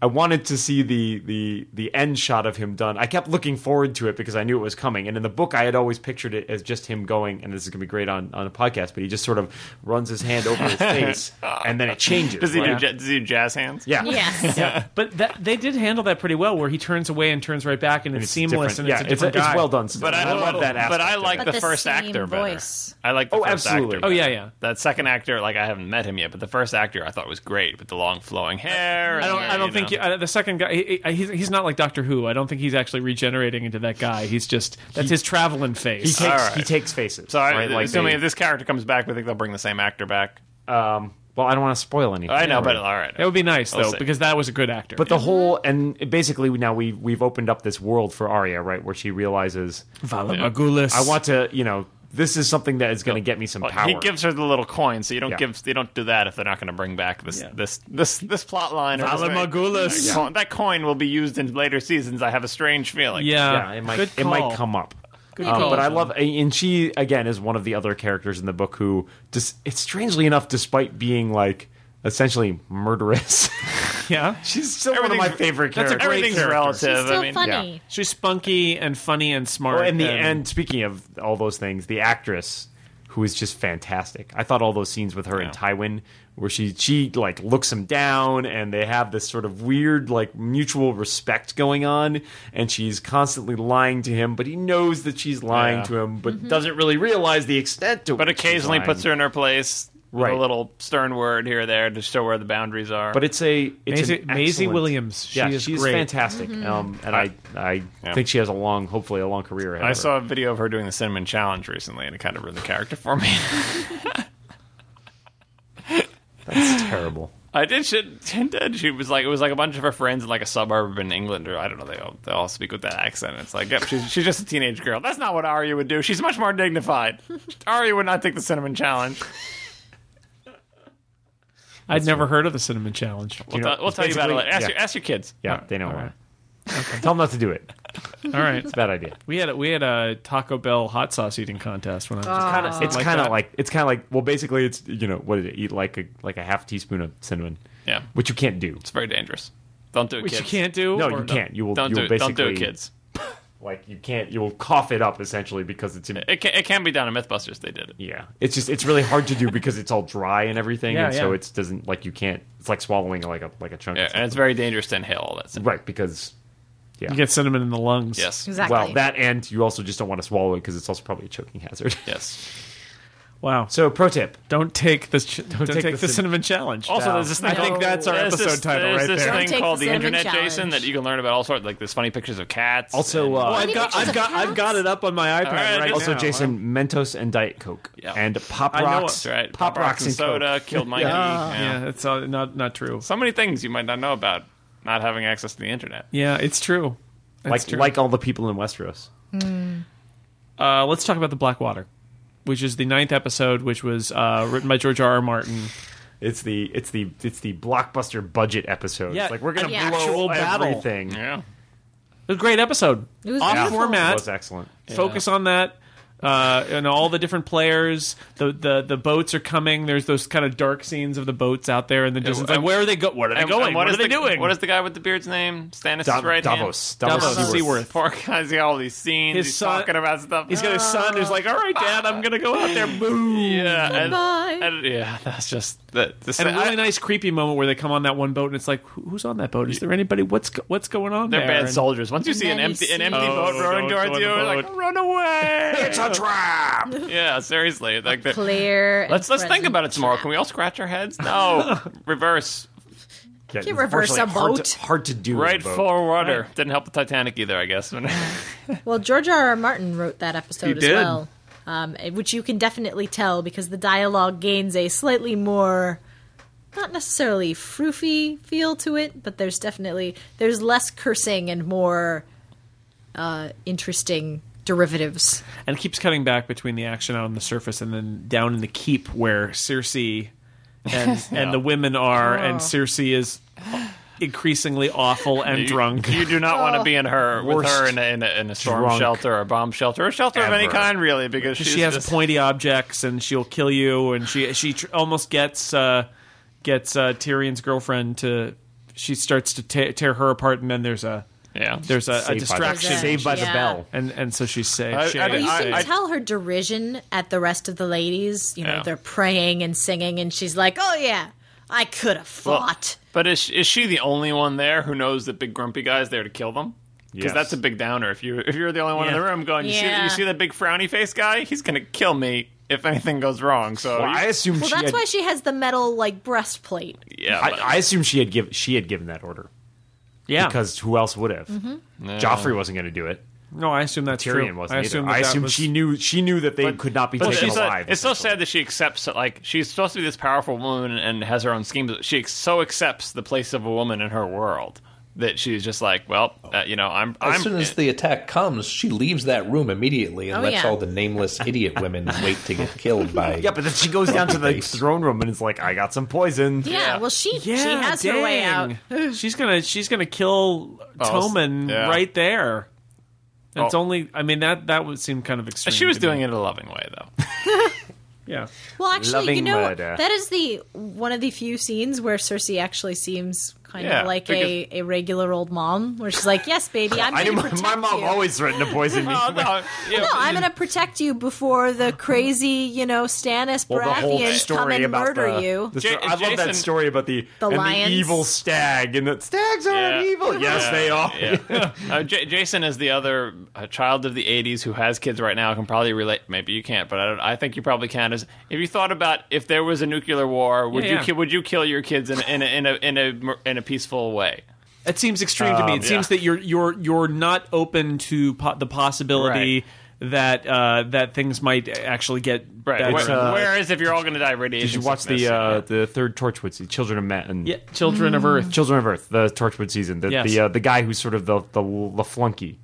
I wanted to see the the the end shot of him done. I kept looking forward to it because I knew it was coming. And in the book, I had always pictured it as just him going. And this is gonna be great on on a podcast. But he just sort of runs his hand over his face, and then it changes. Does he do? like- ja- Does he do jazz hands? yeah. yes. But that, they did handle that pretty well, where he turns away and turns right back, and, it's, seamless different. and yeah, it's a different guy. well done. Still. But I, love that aspect. But I of it. like But the, the first same actor voice. better. I like the Oh, first absolutely. actor. Oh better. yeah, yeah. That second actor, like I haven't met him yet, but the first actor I thought was great with the long flowing hair. I don't. I don't think know. you, uh, the second guy. He, he- he's, he's not like Doctor Who. I don't think he's actually regenerating into that guy. He's just that's his traveling he face. takes Alright. he takes faces. So I, right? Like assuming they- if this character comes back, we think they'll bring the same actor back. um, well, I don't want to spoil anything. I know, Right. but all right. That would be nice I'll though, see. because that was a good actor. But the whole and basically now we we've opened up this world for Arya, right? Where she realizes Vala Margulis. I want to, you know, this is something that is going to get me some Well, power. Oh, He gives her the little coin, so you don't Yeah. give you don't do that if they're not going to bring back this Yeah. this this this plot line. Or this Vala thing. Margulis. That coin- That coin will be used in later seasons. I have a strange feeling. Yeah, yeah, it might uh, Good it call. might come up. call. Um, but I love, and she again is one of the other characters in the book who, dis- it's strangely enough, despite being like essentially murderous, Yeah, she's still one of my Everything's- favorite that's a characters. great everything's character. relative. She's still I mean, funny. she's spunky and funny and smart. Oh, and the and speaking of all those things, the actress who is just fantastic. I thought all those scenes with her and Tywin, where she she like looks him down, and they have this sort of weird like mutual respect going on, and she's constantly lying to him, but he knows that she's lying Yeah. to him, but doesn't really realize the extent to. but occasionally puts her in her place. with Right. a little stern word here or there to show where the boundaries are. But it's a it's Maisie- an Maisie excellent- Williams. She yeah, is she's great. fantastic, um, and I I Yeah. think she has a long, hopefully a long career ahead. of I her. saw a video of her doing the cinnamon challenge recently, and it kind of ruined the character for me. that's terrible. I did. She, she did. She was like, it was like a bunch of her friends in like a suburb in England, or I don't know. They all they all speak with that accent. It's like, yep, she's, she's just a teenage girl. That's not what Arya would do. She's much more dignified. Arya would not take the cinnamon challenge. I'd never heard of the cinnamon challenge. We'll, t- we'll tell you about it. Later. Ask, yeah. your, ask your kids. Yeah, they know. why. Tell them not to do it. All right, Bad idea. we had a, we had a Taco Bell hot sauce eating contest when I was. a kid. it's like kind of that. like it's kind of like well, basically, it's you know what did it eat like a like a half teaspoon of cinnamon, Yeah, which you can't do. it's very dangerous. Don't do it, which kids. you can't do. No, or you can't. You will. Don't you do will it. basically Don't do it, kids. Like you can't. You will cough it up essentially because it's in, It can, it can be done in MythBusters. They did it. yeah. It's just it's really hard to do because it's all dry and everything, Yeah, and so yeah. it's doesn't like you can't. It's like swallowing like a like a chunk. of Yeah, and it's very dangerous to inhale all that. something. Cinnamon. right because yeah. You get cinnamon in the lungs. Yes. Exactly. well, that and you also just don't want to swallow it because it's also probably a choking hazard. Yes. Wow. So pro tip: Don't take the ch- don't, take, take the, the cin- cinnamon challenge. Also, there's this thing. I think called- that's our there's episode this- title there's right this there. Don't thing take called the the, cinnamon Internet challenge. Jason that you can learn about all sorts, like there's funny pictures of cats. also uh, I've got I've got I've got it up on my iPad All right, right, just- Also, now. Jason, Mentos and Diet Coke, Yeah. and Pop know Rocks, it. That's right. Pop, Rocks, and soda Coke. killed Mikey. yeah. uh, Yeah, it's uh, not not true. So many things you might not know about not having access to the internet. Yeah, it's true. It's like true. like all the people in Westeros. uh, let's talk about the Blackwater, which is the ninth episode, which was uh, written by George R. R. Martin. It's the it's the it's the blockbuster budget episode. Yeah, it's like we're gonna an actual blow battle. everything. Yeah. It was a great episode. It was Off beautiful. It format. was excellent. Focus on that. uh, and all the different players. The, the the boats are coming. There's those kind of dark scenes of the boats out there in the distance. Like, and- where are they go? What are they And- going? and what, are is they the, doing? What is the guy with the beard's name? Stannis' Dav- right hand? Davos. Davos Davos Seaworth. Poor guy's got all these scenes. His he's son- talking about stuff. He's got his son who's like, all right, Dad, I'm gonna go out there. Boom. Yeah, and, Bye. and- yeah, that's just that. The, And a I- really nice creepy moment where they come on that one boat and it's like, who- who's on that boat? Is there anybody? What's go- what's going on they're there? bad And- soldiers. Once you see an Many empty an empty scenes. boat Oh, don't rowing towards join you, the you're like boat. run away. it's a trap. Yeah, seriously. Like the, Clear. and let's let's think present. about it some more. Can we all scratch our heads? No, reverse. Yeah, Can't reverse unfortunately, a hard boat. To, hard to do. with Right a boat. for water. Didn't help the Titanic either, I guess. Well, George R. R. Martin wrote that episode He as did. well, um, which you can definitely tell because the dialogue gains a slightly more, not necessarily froofy feel to it, but there's definitely there's less cursing and more uh, interesting derivatives. and it keeps cutting back between the action out on the surface and then down in the keep where Cersei and and the women are, and Oh. Cersei is increasingly awful and You- drunk. You do not want to be in her with Worst her in a, in a, in a storm drunk shelter or a bomb shelter or shelter of any ever. kind, really, because she's she has just, pointy objects, and she'll kill you. And she she tr- almost gets uh, gets uh, Tyrion's girlfriend to. She starts to te- tear her apart, and then there's a Yeah, there's a, a Saved by the- distraction, Revenge, Saved by the yeah. bell. and and so she's safe. I- She- I- Well, you I- can tell her derision at the rest of the ladies. You know, Yeah. they're praying and singing, and she's like, "Oh yeah, I could have fought." But is is she the only one there who knows that big grumpy guy's there to kill them? Because Yes. that's a big downer. If you if you're the only one in the Yeah. room going, you see Yeah. you see that big frowny face guy, he's gonna kill me if anything goes wrong. So Well, you- I assume well, she that's had, why she has the metal like breastplate. yeah, I, but- I assume she had given she had given that order yeah, because who else would have? Mm-hmm. Joffrey wasn't going to do it. no, I assume that's Tyrion true. wasn't. I either. assume, I that that assume was- she knew she knew that they could not be But taken she's a- alive. it's so essentially. sad that she accepts that, like she's supposed to be this powerful woman and has her own schemes. She ex- so accepts the place of a woman in her world that she's just like, well, uh, you know, I'm. As I'm soon as the attack comes, she leaves that room immediately and Oh, lets yeah. all the nameless idiot women wait to get killed by. Yeah, but then she goes down to the Face. throne room and is like, "I got some poison." Yeah, well, she Yeah, she has her way out. dang. she's gonna she's gonna kill Oh, Toman yeah. right there. And It's Oh. only I mean that that would seem kind of extreme. she was to doing me. it in a loving way, though. Yeah. Well, actually, you Loving know murder. that is the one of the few scenes where Cersei actually seems kind Yeah, of like because- a, a regular old mom, where she's like, "Yes, baby, I'm I knew going to my, protect my mom you. always threatened to poison me. Oh, no, yeah, no, I'm going to protect you before the crazy, you know, Stannis Well, the whole Baratheons come story and about murder the, you." the Ja- sto- I love Jason- that story about the The and lions. the evil stag and the stags are Yeah. evil. Yes, Yeah. they are. Yeah. Uh, J- Jason is the other uh, child of the '80s who has kids right now. Can probably relate. Maybe you can't, but I, don't, I think you probably can. Is if you thought about if there was a nuclear war, would Yeah, you yeah. ki- would you kill your kids in, in, a, in a in a mer- in a peaceful way? It seems extreme to me. It Um, yeah. seems that you're you're you're not open to po- the possibility that uh, that things might actually get Right. bad. Where, uh, whereas if you're all going to die, radiation. Did you watch the sickness, uh, the third Torchwood season, Children of Men? and- yeah, children Mm. of Earth. Children of Earth, the Torchwood season, the Yes. the, uh, the guy who's sort of the the, the flunky,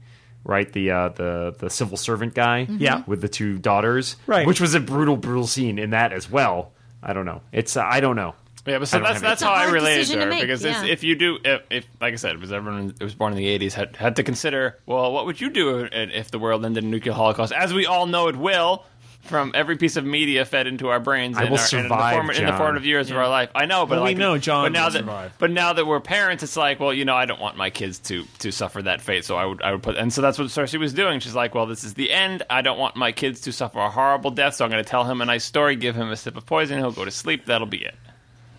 right? The uh, the the civil servant guy, Yeah. with the two daughters, Mm-hmm. Right. Which was a brutal, brutal scene in that as well. I don't know. It's uh, I don't know. Yeah, but I so don't that's have that's any- how It's a I hard related decision to to her make, because it's- yeah. if you do, if, if like I said, it was everyone who was born in the '80s had had to consider, well, what would you do if, if the world ended in a nuclear holocaust? As we all know, it will. From every piece of media fed into our brains I in, will our, and in, the survive, form, in the John. formative years of our life, I know, but Well, we like, know John But now will that survive. but now that we're parents, it's like, well, you know, I don't want my kids to to suffer that fate, so I would I would put, and so that's what Cersei was doing. She's like, well, this is the end. I don't want my kids to suffer a horrible death, so I'm going to tell him a nice story, give him a sip of poison, he'll go to sleep. That'll be it.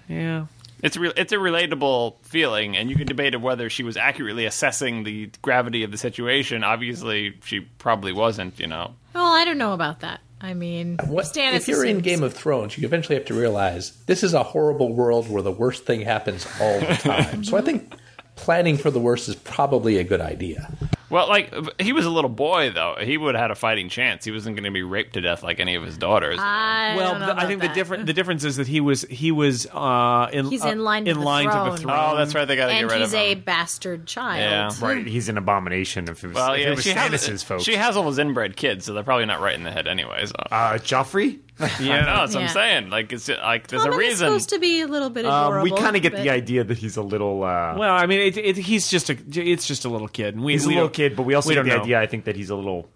Yeah. It's re- it's a relatable feeling, and you can debate of whether she was accurately assessing the gravity of the situation. Obviously, she probably wasn't. You know, well, I don't know about that. I mean, What, Stannis if you're in assumes- Game of Thrones, you eventually have to realize this is a horrible world where the worst thing happens all the time. so I think planning for the worst is probably a good idea. well, like he was a little boy though; he would have had a fighting chance. He wasn't going to be raped to death like any of his daughters. I well, don't know th- I about think that. the difference the difference is that he was he was uh, in He's uh, in line to the line to the throne. throne. oh, that's right; they got to get and rid he's of a him. bastard child. Yeah. Right? He's an abomination. If it was, well, if yeah, it was she Stannis's has, folks, She has all those inbred kids, so they're probably not right in the head anyway. So. uh, Joffrey. yeah, no, that's what Yeah. I'm saying. Like it's like there's Tommen a is reason. supposed to be a little Uh, bit adorable. Um, we kind of get the but- idea that he's a little. Uh, Well, I mean, it, it, he's just a it's just a little kid, and we he's a we little don't- kid, but we also we get don't the know. idea. I think that he's a little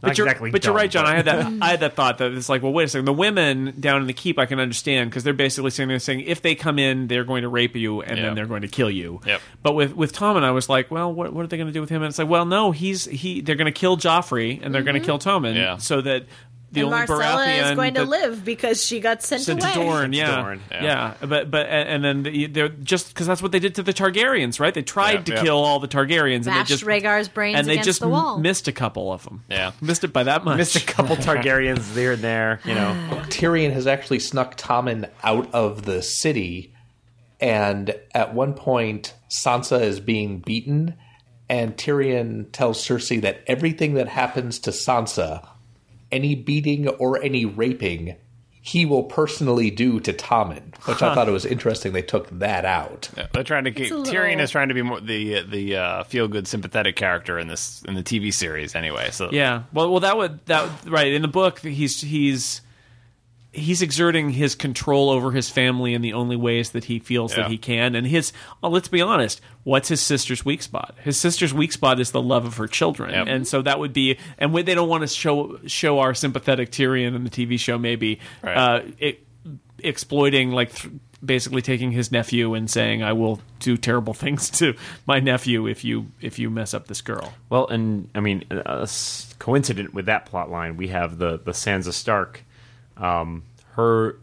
Not but you're, exactly but you're dumb, right, John. but- I had that. I had that thought that it's like, well, wait a second. The women down in the keep, I can understand because they're basically saying they're saying if they come in, they're going to rape you and Yeah. then they're going to kill you. Yep. But with with Tom and I was like, well, what, what are they going to do with him? And it's like, well, no, he's he. They're going to kill Joffrey and they're going to kill Tommen Yeah. so that the Mm-hmm. and only Marcella Baratheon is going to that- live because she got sent, sent away. to Dorne, yeah. Dorne, yeah, yeah. But but and, and then the- they're just because that's what they did to the Targaryens, right? They tried Yeah, to yeah. kill all the Targaryens, and Bashed they just Rhaegar's brains and they against just the wall. m- missed a couple of them. Yeah. missed it by that much. Missed a couple Targaryens there and there, you know. Tyrion has actually snuck Tommen out of the city, and at one point, Sansa is being beaten, and Tyrion tells Cersei that everything that happens to Sansa, any beating or any raping, he will personally do to Tommen, which I thought it was interesting they took that out. Yeah, they're trying to keep a little- Tyrion is trying to be more the the uh, feel good sympathetic character in this in the TV series anyway. So Yeah. Well, well, that would that right in the book. He's he's he's exerting his control over his family in the only ways that he feels Yeah. that he can. And his oh, let's be honest, what's his sister's weak spot? His sister's weak spot is the love of her children, Yep. and so that would be. And when they don't want to show show our sympathetic Tyrion in the TV show, maybe Right. uh, it, exploiting like. Th- basically taking his nephew and saying i will do terrible things to my nephew if you if you mess up this girl Well, and I mean, uh, s- coincident with that plot line, we have the the Sansa Stark, um, her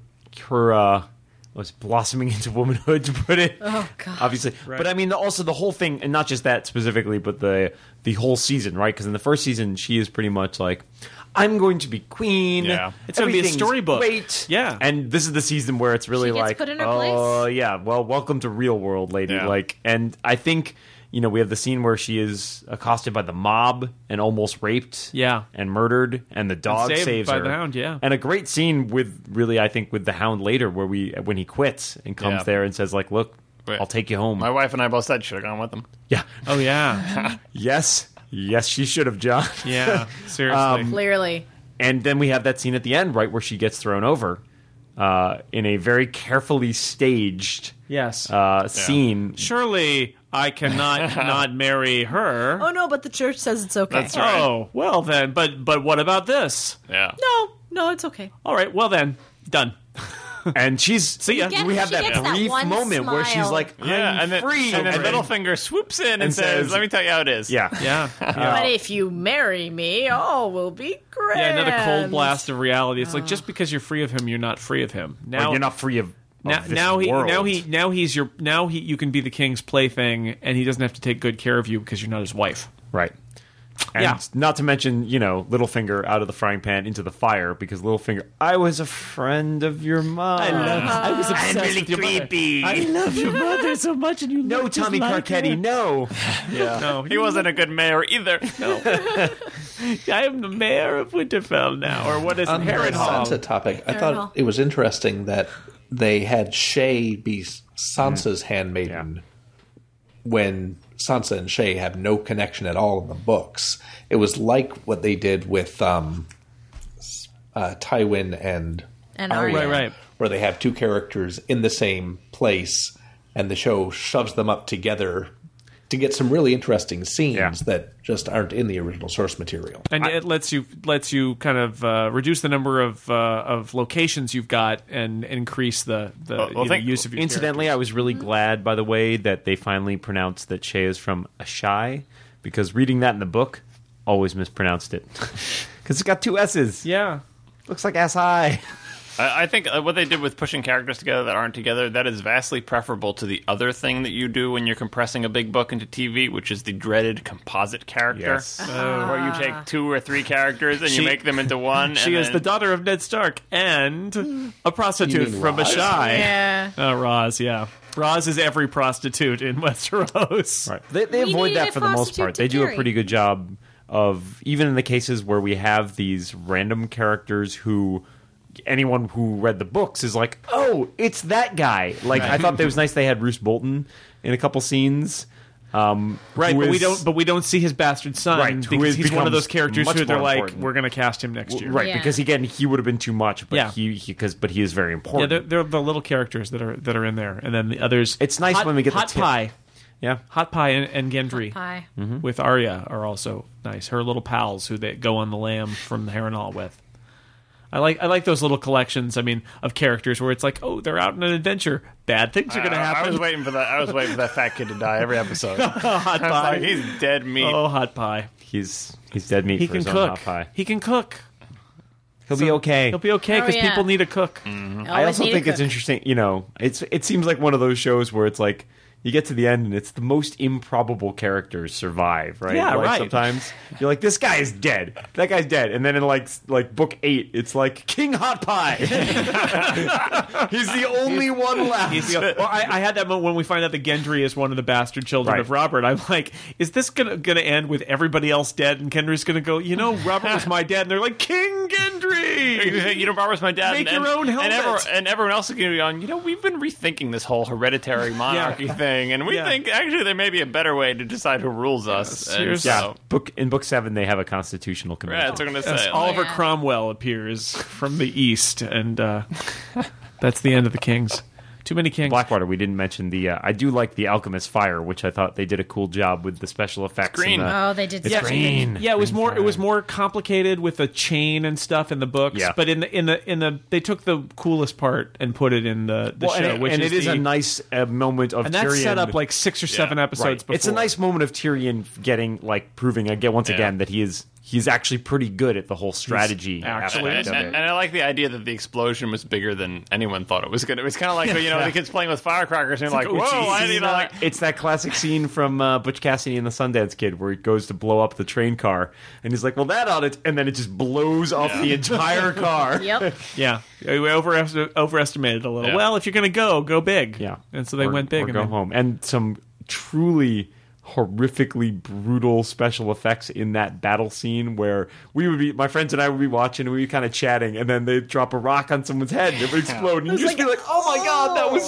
her uh, was blossoming into womanhood to put it. Oh, God. Obviously, but I mean, the, also the whole thing, and not just that specifically, but the the whole season, right? Because in the first season, she is pretty much like. I'm going to be queen. Yeah. It's gonna be a Everything's storybook. Great. Yeah. And this is the season where it's really She gets like, put in her oh, place. yeah, well, welcome to real world, lady. Yeah. Like, and I think you know we have the scene where she is accosted by the mob and almost raped, Yeah. and murdered, and the dog saved saves by her. the hound, yeah. and a great scene with really, I think, with the hound later, where we when he quits and comes Yeah. there and says like, look, Right. I'll take you home. my wife and I both said should have gone with them. yeah, oh yeah yes, yes, she should have, John. Um, Yeah, seriously. Clearly. And then we have that scene at the end, right, where she gets thrown over uh, in a very carefully staged yes. uh, scene. Surely I cannot not marry her. Oh no, but the church says it's okay. That's right. Oh, well then. But but what about this? Yeah. No, no, it's okay. All right. Well then, done. And she's see uh, ya. gets- we have she that gets that brief one moment where she's smile. like, I'm Yeah, and then, free. and then And then- Littlefinger swoops in and, and says, says- "Let me tell you how it is." yeah. Yeah. Yeah. But if you marry me, all will be grand. Yeah, another cold blast of reality. It's like Ah. just because you're free of him, you're not free of him. Now Like, you're not free of, of now, this now he world. now he now he's your now he you can be the king's plaything and he doesn't have to take good care of you because you're not his wife. right. And Yeah. not to mention, you know, Littlefinger out of the frying pan into the fire because Littlefinger, I was a friend of your mom. I love, I was obsessed really with your creepy. I love your mother so much, and you no Tommy Carcetti, no. No, He wasn't a good mayor either. I am the mayor of Winterfell now, or what is it, On the Harrenhal? Sansa topic, I Harrenhal. thought it was interesting that they had Shay be Sansa's handmaiden when Sansa and Shay have no connection at all in the books. It was like what they did with um, s- uh, Tywin and, And Arya. Oh, Right, right. where they have two characters in the same place, and the show shoves them up together to get some really interesting scenes Yeah. that just aren't in the original source material. and it lets you lets you kind of uh, reduce the number of uh, of locations you've got and increase the the Well, well, you know, thank- use of your Incidentally, I was really glad, by the way, that they finally pronounced that Shay is from Ashai, because reading that in the book, always mispronounced it. Because it's got two S's. character. yeah. Looks like Asai. I, I think uh, what they did with pushing characters together that aren't together that is vastly preferable to the other thing that you do when you're compressing a big book into TV, which is the dreaded composite character, Uh, Yes. where you take two or three characters and She- you make them into one. She and is then- the daughter of Ned Stark and a prostitute mean from Roz? Ashai. Yeah. Uh, Roz, yeah. Roz is every prostitute in Westeros. Right. They, they We avoid needed that a for the most prostitute part. to They do a carry. pretty good job of even in the cases where we have these random characters who anyone who read the books is like, oh, it's that guy. Like I thought it was nice they had Roose Bolton in a couple scenes. Um, Right, who but we is- don't. But we don't see his bastard son Right, who because is- he's one of those becomes characters much who they're more like, important. we're going to cast him next year. right Yeah. because again he would have been too much but Yeah. he, he cause but he is very Yeah, important they're, they're the little characters that are that are in there, and then the others. It's nice Hot- when we get the hot tip. pie. Yeah. Hot Pie and, and Gendry Hi. with Arya are also nice. Her little pals who they go on the lamb from the Heron Hall with. I like I like those little collections. I mean, of characters where it's like, oh, they're out on an adventure. Bad things are going to I- happen. I was waiting for that. I was waiting for that fat kid to die every episode. hot I was pie. like, he's dead meat. oh, hot pie. He's he's dead meat He for can his own cook. hot pie. He can cook. He'll be okay. He'll be okay Oh, because yeah. people need a cook. Mm. Oh, I also think it's interesting. You know, it's it seems like one of those shows where it's like you get to the end and it's the most improbable characters survive, right? Yeah, like right. Sometimes you're like, this guy is dead, that guy's dead, and then in like s- like book eight, it's like King Hot Pie. he's the only one left. He's the- well, I, I had that moment when we find out that Gendry is one of the bastard children Right. of Robert. I'm like, is this gonna gonna end with everybody else dead and Gendry's gonna go? You know, Robert was my dad, and they're like, King Gendry. you know, Barbara's my dad. Make and, your own and, helmet. everyone, and everyone else is going to be on. You know, we've been rethinking this whole hereditary monarchy thing, and we Yeah. think actually there may be a better way to decide who rules us. And seriously. yeah, so- book in book seven they have a constitutional yeah, convention. that's what I'm going to As say. Like, Oliver Yeah. Cromwell appears from the east, and uh, that's the end of the kings. Too many kings. Blackwater, we didn't mention the. Uh, I do like the Alchemist Fire, which I thought they did a cool job with the special effects. and green. the- Uh, Oh, they did. It's such a Yeah, good- green. Yeah, it was Green more. It was fire. more complicated with a chain and stuff in the books. Yeah. But in the in the in the they took the coolest part and put it in the, the Well, show, and it, which and is it is the- a nice uh, moment of and that's set Tyrion- up like six or seven episodes. Right. Before. It's a nice moment of Tyrion getting like proving again once again that he is he's actually pretty good at the whole strategy. actually aspect and, of it. and, and I like the idea that the explosion was bigger than anyone thought it was going to. It was kind of like you know the kids playing with firecrackers and you're like, like, oh, whoa, geez. I need to like it's that classic scene from uh, Butch Cassidy and the Sundance Kid where he goes to blow up the train car and he's like, "Well, that ought to," and then it just blows up the entire car. Yep. Yeah, we overest- overestimated a little. Yeah. Well, if you're gonna go, go big. Yeah, and so they Or- went big. Or and go then- home, and some truly horrifically brutal special effects in that battle scene where we would be my friends and I would be watching and we would be kind of chatting and then they drop a rock on someone's head and it would explode and you'd just be like oh my god that was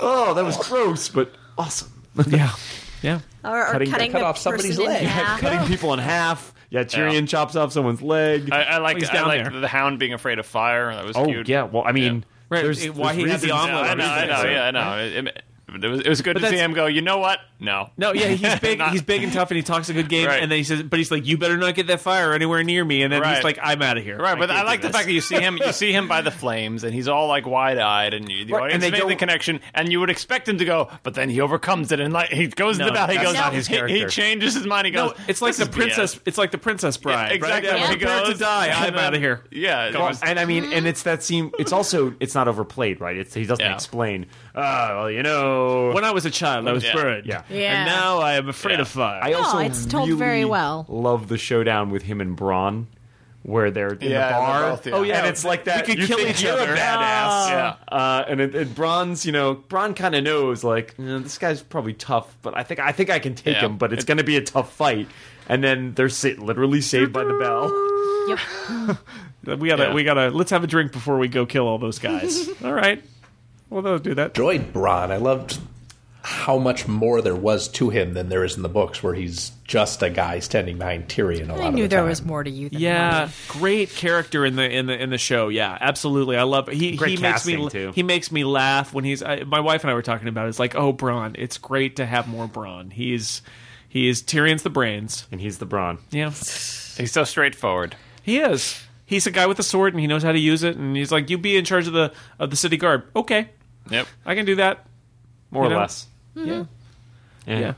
oh that was gross but awesome Yeah, yeah. Or, or Cutting- cutting, cut a off somebody's person in leg. half. cutting people in half yeah Tyrion Yeah. chops off someone's leg I, I like He's I down like there. the hound being afraid of fire. That was oh cute. yeah well I mean Right, there's, it- why there's he had the reasons- omelet No, I know, I know, yeah, I know. It, it- it was, it was good to see that's- him go. You know what? No, No, yeah, he's big. Not- he's big and tough, and he talks a good game. Right. And then he says, but he's like, "You better not get that fire anywhere near me." And then he's Right. like, "I'm out of here." Right, but can't I do like the this." fact that you see him, you see him by the flames, and he's all like wide-eyed, and you, the Right, and audience they made the don't- connection, and you would expect him to go, but then he overcomes it, and like he goes into No, battle, he that's goes, not his he- He, character. changes his mind, he No, goes, it's like "This the is princess. BS." It's like the princess bride. exactly. Right? He I'm prepared to goes die. and I'm then- out of here. Yeah, it Well, was- and I mean, and it's that scene. It's also it's not overplayed, right? It's he doesn't Yeah. explain. Oh, well, you know. When I was a child, I was Yeah. buried. Yeah. Yeah. And now I am afraid Yeah. of fire. I also Oh, it's told very really well. Love the showdown with him and Braun, where they're in Yeah, the they're bar. both, yeah. Oh, yeah. and it's like that. We could you kill think each you're other. A badass. Yeah. Uh, and it, and Braun's, you know, Braun kind of knows, like "Eh, this guy's probably tough, but I think I think I can take Yeah. him. But it's going to be a tough fight. And then they're sit, literally saved by the bell. Yep. We gotta, Yeah. we gotta. Let's have a drink before we go kill all those guys. all right. Well, they'll do that. enjoyed Bronn. I loved how much more there was to him than there is in the books, where he's just a guy standing behind Tyrion. A lot I of knew the there time. was more to you than Yeah, money. great character in the in the in the show. Yeah, absolutely. I love he Great he makes me casting, too. he makes me laugh when he's I, my wife and I were talking about. It. It's like, oh, Braun. It's great to have more Braun. He's he is Tyrion's the brains. And he's the Braun. Yeah, he's so straightforward. he is. He's a guy with a sword and he knows how to use it. And he's like, you be in charge of the of the city guard. Okay, Yep. I can do that. more You or know? less. Yeah. Yeah. Yeah.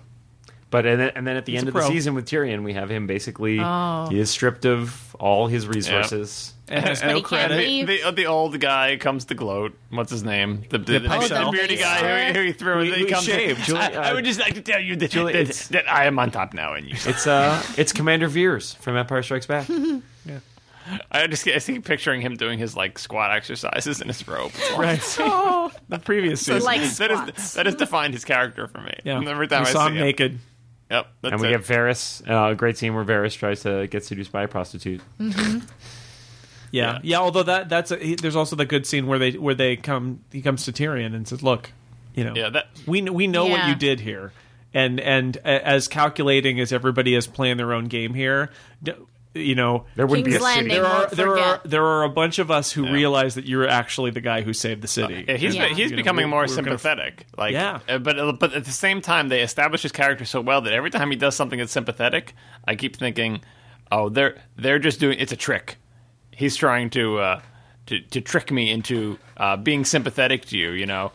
But and then, and then at the He's end a of the pro. season with Tyrion, we have him basically Oh. he is stripped of all his resources. And has But no he can't credit. leave. The, the, the old guy comes to gloat. What's his name? The, the, the, Pycelle. the bearded guy who, who he threw. Who- he who comes in. shaved. uh, Julie- I, I would just like to tell you that, that, it's- that I am on top now, and you. It's uh it's Commander Veers from Empire Strikes Back. I just I see picturing him doing his like squat exercises in his robe. Right. Oh, the previous season. like that squats. is that has defined his character for me. yeah. Every time You I saw see him him. naked. Yep. That's and we it. have Varys, uh, a great scene where Varys tries to get seduced by a prostitute. Yeah. yeah, Yeah. Although that that's a, he, there's also the good scene where they where they come he comes to Tyrion and says, "Look, you know, Yeah, that- we kn- we know what Yeah. you did here, and and a- as calculating as everybody is playing their own game here, d- you know, There wouldn't King's be a city. Landing. there are won't there are forget. there are a bunch of us who realize that you're actually the guy who saved the city. Yeah, he's Yeah. be- he's You know, becoming we're- more we're gonna- sympathetic. Like, Yeah. uh, but but at the same time, they establish his character so well that every time he does something that's sympathetic, I keep thinking, oh, they're they're just doing it's a trick. He's trying to uh, to to trick me into uh, being sympathetic to you. You know.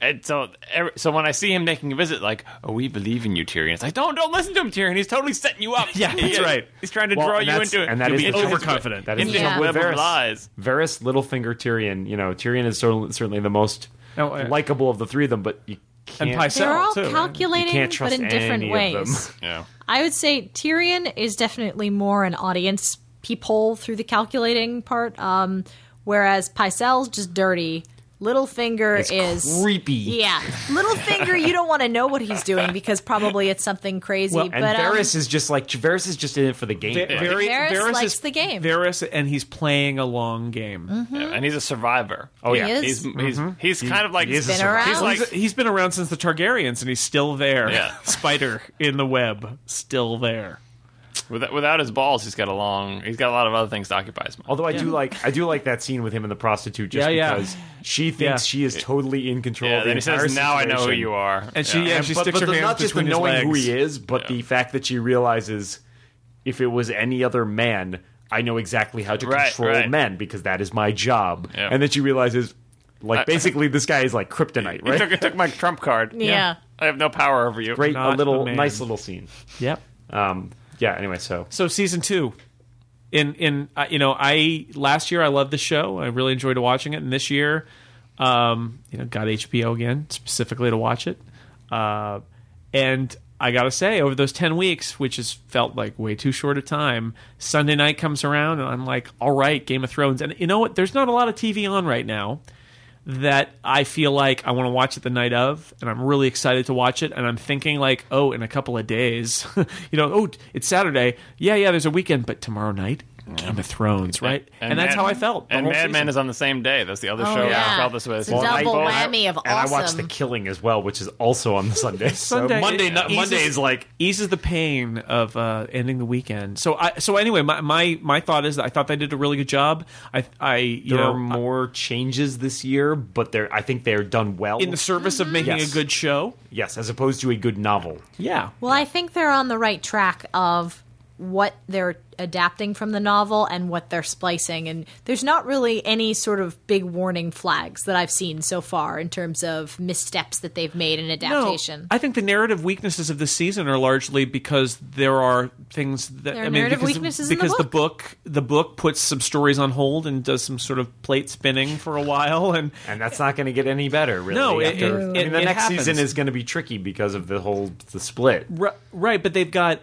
And so, every, so when I see him making a visit, like, "Oh, we believe in you, Tyrion," it's like, "Don't, don't listen to him, Tyrion. He's totally setting you up." Yeah, that's He- right. He's trying to Well, draw and you that's- into it. and that is to the be trouble. overconfident. That is Yeah. the Web of trouble with Varys. lies. Varys, Littlefinger, Tyrion. You know, Tyrion is certainly, certainly the most No, I- likable of the three of them, but you can't. Pycelle. They're all too, right? calculating, You can't but trust in different any of them. ways. Yeah. I would say Tyrion is definitely more an audience peephole through the calculating part, um, whereas Pycelle's just dirty. Littlefinger It's is creepy. Yeah, Littlefinger, you don't want to know what he's doing because probably it's something crazy. Well, and but And um, Varys is just like Varys is just in it for the game. Var- right? Var- Varys likes is- the game. Mm-hmm. Varys, and he's playing a long game. Yeah, and he's a survivor. oh he yeah, is. Hmm? He's he's he's kind of like he is a Been survivor. around. He's like He's- he's been around since the Targaryens, and he's still there. Yeah. Spider in the web, still there. without, without his balls, he's got a long. He's got a lot of other things to occupy his mind. Although I do like I do like that scene with him and the prostitute just Yeah, yeah. because she thinks she is totally in control. Yeah, of the then he entire says, "Now I know who situation." you are." And she, yeah, And- she but, sticks her but the- hands not just the between his knowing who legs. he is, but the fact that she realizes if it was any other man, I know exactly how to Right, control right. men because that is my job. Yeah. And then she realizes, like, I- basically, this guy is like kryptonite, He right? took, he took my trump card. yeah. I have no power over you. Great, a Not little the man. nice little scene. Yep. Um, yeah. Anyway, so So season two, in in uh, you know I last year I loved the show. I really enjoyed watching it, and this year, um, you know, got HBO again specifically to watch it. Uh, and I gotta say, over those ten weeks, which has felt like way too short a time, Sunday night comes around, and I'm like, all right, Game of Thrones. And you know what? There's not a lot of TV on right now that I feel like I want to watch it the night of, and I'm really excited to watch it. And I'm thinking like, oh, in a couple of days, you know, oh, it's Saturday. Yeah, yeah, there's a weekend, but tomorrow night, Game of Thrones, right? And, that's Mad- how I felt. the And whole Mad Men season. is on the same day. That's the other Oh, show that yeah. I felt this way. It's a Well, double I- well, I- whammy of and I watched awesome. The Killing as well, which is also on the Sunday. So Sunday. Monday, It night- eases- Monday is like eases the pain of uh, ending the weekend. So I, so anyway, my, my my thought is that I thought they did a really good job. I, I, you there know, are more changes this year, but they're I think they're done well. in the service of making Yes. a good show. yes, as opposed to a good novel. Yeah. Well, I think they're on the right track of what they're adapting from the novel and what they're splicing. And there's not really any sort of big warning flags that I've seen so far in terms of missteps that they've made in adaptation. No, I think the narrative weaknesses of this season are largely because there are things that There are I mean, narrative because, weaknesses in the because the, book the book puts some stories on hold and does some sort of plate spinning for a while and and that's not going to get any better. Really, No, it- after, it- I mean, it- the it next happens. season is going to be tricky because of the whole the split. Ri- right but they've got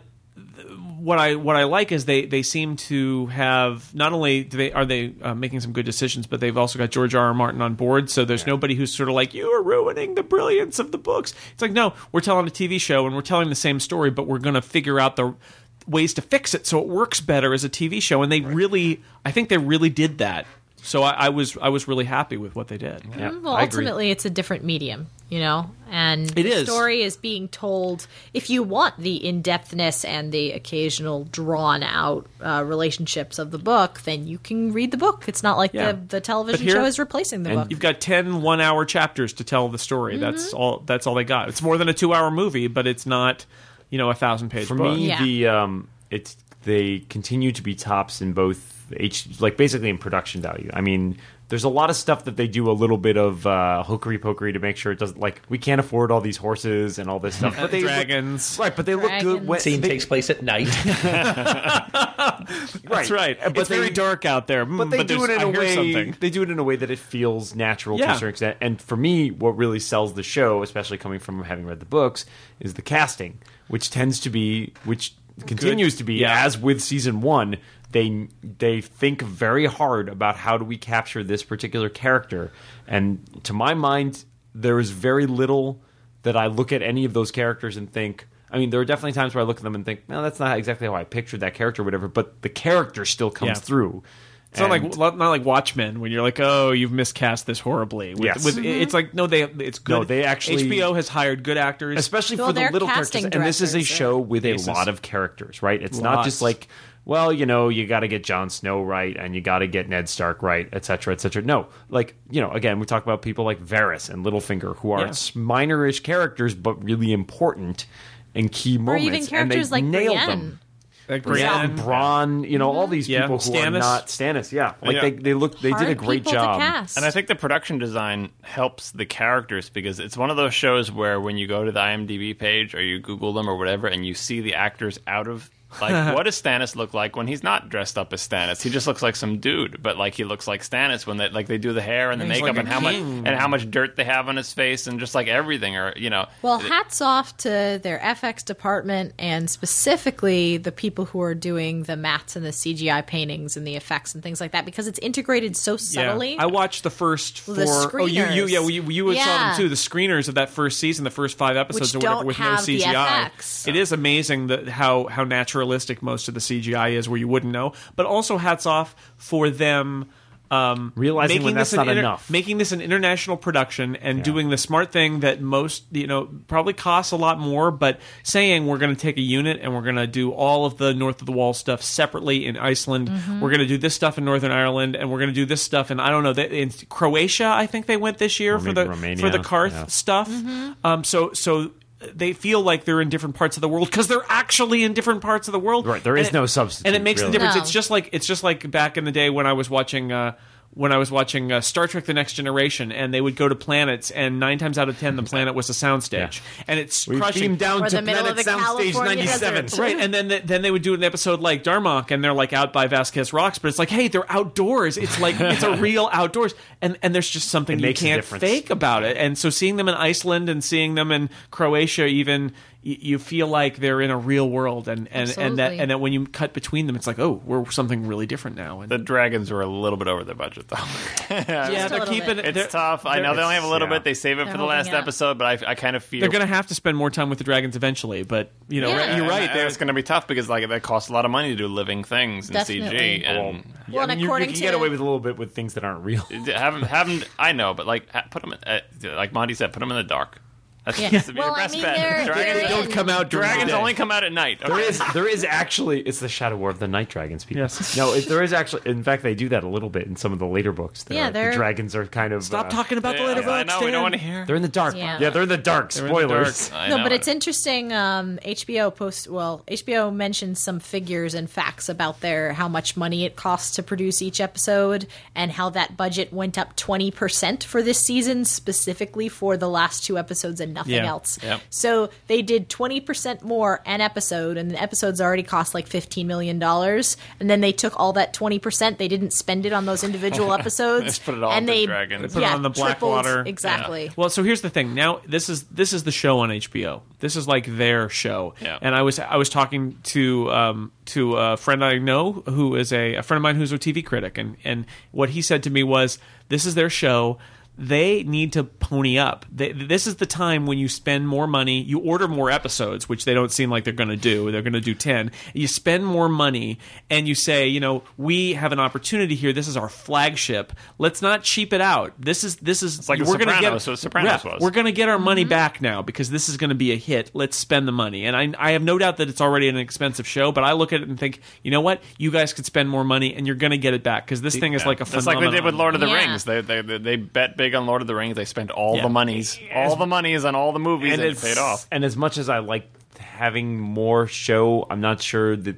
what I what I like is they they seem to have not only do they are they uh, making some good decisions but they've also got George R. R. Martin on board so there's nobody who's sort of like you are ruining the brilliance of the books it's like no we're telling a TV show and we're telling the same story but we're going to figure out the ways to fix it so it works better as a TV show and they really I think they really did that so I, I was I was really happy with what they did Yeah, Well, I agree. ultimately, it's a different medium, you know, and It the is. story is being told. If you want the in depthness and the occasional drawn out uh, relationships of the book, then you can read the book. It's not like Yeah. the, the television But here- show is replacing the book. Mm-hmm. You've got 10 one hour chapters to tell the story. That's all that's all they got. It's more than a 2 hour movie, but it's not, you know, a 1000 page for book. me, Yeah. the um, it's they continue to be tops in both H, like basically in production value. I mean, there's a lot of stuff that they do a little bit of uh, hookery pokery to make sure it doesn't like we can't afford all these horses and all this stuff. But they Dragons. look, right? But they look good. Dragons. When, Scene they- takes place at night. That's right. But it's very they- dark out there. Mm, but they do there's- it in I a hear way. something. They do it in a way that it feels natural to Yeah. a certain extent. And for me, what really sells the show, especially coming from having read the books, is the casting, which tends to be, which continues to be, Yeah. as with season one. They they think very hard about how do we capture this particular character, and to my mind, there is very little that I look at any of those characters and think. I mean, there are definitely times where I look at them and think, no, that's not exactly how I pictured that character, or whatever. But the character still comes Yeah. through. It's not like And- not like Watchmen when you're like, "Oh, you've miscast this horribly." With, Yes. with- Mm-hmm. it's like no, they it's good. No, they actually- HBO has hired good actors. especially Well, for the they're little casting characters. And this is a directors, yeah. show with a lot of characters, right? It's not just Lots. like well, you know, you got to get Jon Snow right and you got to get Ned Stark right, et cetera, et cetera. No, like, you know, again, we talk about people like Varys and Littlefinger who are Yeah. s- minor-ish characters but really important and key or moments. even and they characters like nailed Brienne. Mm-hmm. them. Like Brienne, Brienne. Braun, you know, all these Yeah. people who are Stannis. not Stannis. Yeah, like Yeah. they they look they Hard did a great people job. To cast. And I think the production design helps the characters because it's one of those shows where when you go to the IMDb page or you Google them or whatever, and you see the actors out of like, what does Stannis look like when he's not dressed up as Stannis? He just looks like some dude, but like he looks like Stannis when they like they do the hair and the He's makeup like a and how much king. and how much dirt they have on his face and just like everything or you know Well, hats off to their FX department and specifically the people who are doing the maths and the CGI paintings and the effects and things like that because it's integrated so subtly. I watched the first four The oh, you, you, yeah, screeners. well, you, you saw Yeah. them too. The screeners of that first season, the first five episodes Which or whatever, don't with no have the CGI. FX. It is amazing that how how naturalistic most of the CGI is, where you wouldn't know. But also, hats off for them. Um, Realizing making when that's this an not inter- enough. making this an international production and doing the smart thing that most you know probably costs a lot more, but saying we're going to take a unit and we're going to do all of the north of the wall stuff separately in Iceland, we're going to do this stuff in Northern Ireland, and we're going to do this stuff in I don't know they, in Croatia. I think they went this year Or for maybe the Romania, for the Karth yeah. stuff. Um, so so. They feel like they're in different parts of the world because they're actually in different parts of the world. Right, there And is no substitute, and it makes really. the difference. No. It's just like it's just like back in the day when I was watching uh, when I was watching uh, Star Trek: The Next Generation, and they would go to planets, and nine times out of ten, the planet was a soundstage, and it's We crushing beamed down Or to the middle of Planet the Soundstage California '97. desert. Right, and then th- then they would do an episode like Darmok, and they're like out by Vasquez Rocks, but it's like, hey, they're outdoors. It's like it's a real outdoors, and and there's just something you makes a can't difference. fake about it. And so seeing them in Iceland and seeing them in Croatia, even y- you feel like they're in a real world, and and, and that Absolutely. and that when you cut between them, it's like, oh, we're something really different now. And the dragons were a little bit over their budget though. yeah, Just a they're little keeping bit. it. they're- It's tough. I they're- know they only have a little yeah. bit. They save it They're for the last holding out. episode, but I, I kind of fear They're going to have to spend more time with the dragons eventually, but you know, Yeah. you're And right. It's going to be tough because like that costs a lot of money to do living things in Definitely. CG, and Well, and I mean, you- according you, to can get away with a little bit with things that aren't real. haven't haven't I know, but like ha- put them in, uh, like Monty said, put them in the dark. That's Yeah. that's to be Well, your I best mean, bet. they're- dragons they're don't in- come out during dragons the day. only come out at night. Okay. There is, there is actually, it's the Shadow War of the Night Dragons. People, Yes. no, it, there is actually. In fact, they do that a little bit in some of the later books. There Yeah, are- they're- the dragons are kind of Stop uh, talking about Yeah, the later I books. know we Dan. don't want to hear. They're in the dark. Yeah. Yeah, they're in the dark. in the dark. Spoilers. I no, know but it. it's interesting. Um, HBO post well, HBO mentioned some figures and facts about their how much money it costs to produce each episode and how that budget went up twenty percent for this season specifically for the last two episodes and nothing Yeah. else. Yep. So they did twenty percent more an episode, and the episodes already cost like fifteen million dollars. And then they took all that twenty percent. They didn't spend it on those individual episodes. Just put it all and into they dragons. They put it yeah, on the black tripled- water. exactly. Well, so here's the thing. Now this is this is the show on HBO. This is like their show. Yeah. And I was I was talking to um, to a friend I know who is a, a friend of mine who's a TV critic, and and what he said to me was, "This is their show." They need to pony up. They, this is the time when you spend more money. You order more episodes, which they don't seem like they're going to do. They're going to do 10. You spend more money and you say, you know, we have an opportunity here. This is our flagship. Let's not cheap it out. This is this is like The we're gonna Sopranos, get so Sopranos Right. was. We're gonna get our Mm-hmm. money back now because this is gonna be a hit. Let's spend the money. And I, I have no doubt that it's already an expensive show, but I look at it and think, you know what? You guys could spend more money and you're gonna get it back because this thing is like a That's like phenomenon. they did with Lord of the Yeah. Rings. They, they they they bet big on Lord of the Rings. They spent all Yeah. the monies, all the monies on all the movies, and, it it's- paid off. And as much as I like having more show, I'm not sure that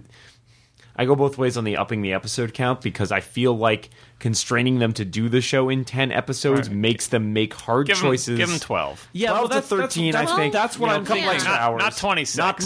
I go both ways on the upping the episode count because I feel like constraining them to do the show in ten episodes makes them make hard Give 'em- choices. give 'em 12. yeah, well, 12 to that's, 13, That's, I that's- think. that's what you know, I'm a couple thinking. extra Not- hours. not 26.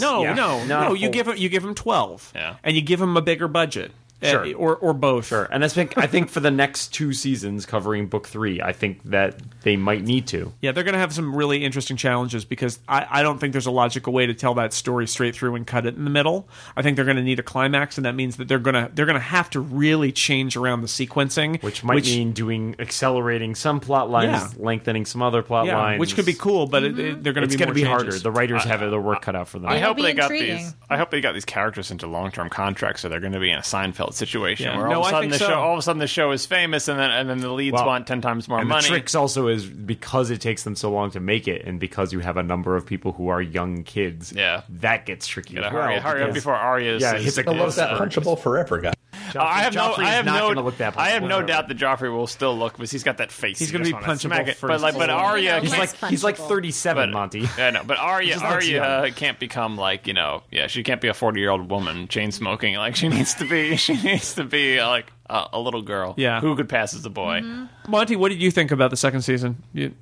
No, Yeah. no, Not no. a You whole- give them, you give them twelve, Yeah. and you give them a bigger budget, Uh, Sure. or or both. Sure. And I think I think for the next two seasons covering book three, I think that they might need to. Yeah, they're going to have some really interesting challenges because I, I don't think there's a logical way to tell that story straight through and cut it in the middle. I think they're going to need a climax, and that means that they're going to they're going to have to really change around the sequencing, Which might mean doing accelerating some plot lines, Yeah. lengthening some other plot yeah, lines. which could be cool, but it, Mm-hmm. it- they're going It's to be going to more be changes. harder. The writers have their work cut out for them. I It'll hope be they got intriguing. these. I hope they got these characters into long term contracts, so they're going to be in a Seinfeld Seinfeld situation Yeah. where all No, of a I sudden the think so. show all of a sudden the show is famous and then and then the leads Well, want ten times more and money. the tricks also is because it takes them so long to make it, and because you have a number of people who are young kids. Yeah. that gets tricky. Gotta as well, hurry, hurry up because- before Arya's. Yeah, hits a I love that Yes. Punchable Forever guy. Joffrey- I have no, Joffrey is I have not no, gonna look that. I have no punchable. doubt that Joffrey will still look because he's got that face. He's You gonna just be wanna punchable smack it. for But like, but his- Arya, He's he's like, like- He's like punchable. thirty-seven, but, Monty. I know, but Arya, just looks Arya uh, young. can't become like you know, yeah, she can't be a forty-year-old woman chain smoking. Like she needs to be, she needs to be uh, like a a little girl. Yeah. who could pass as a boy. Mm-hmm. Monty, what did you think about the second season? You,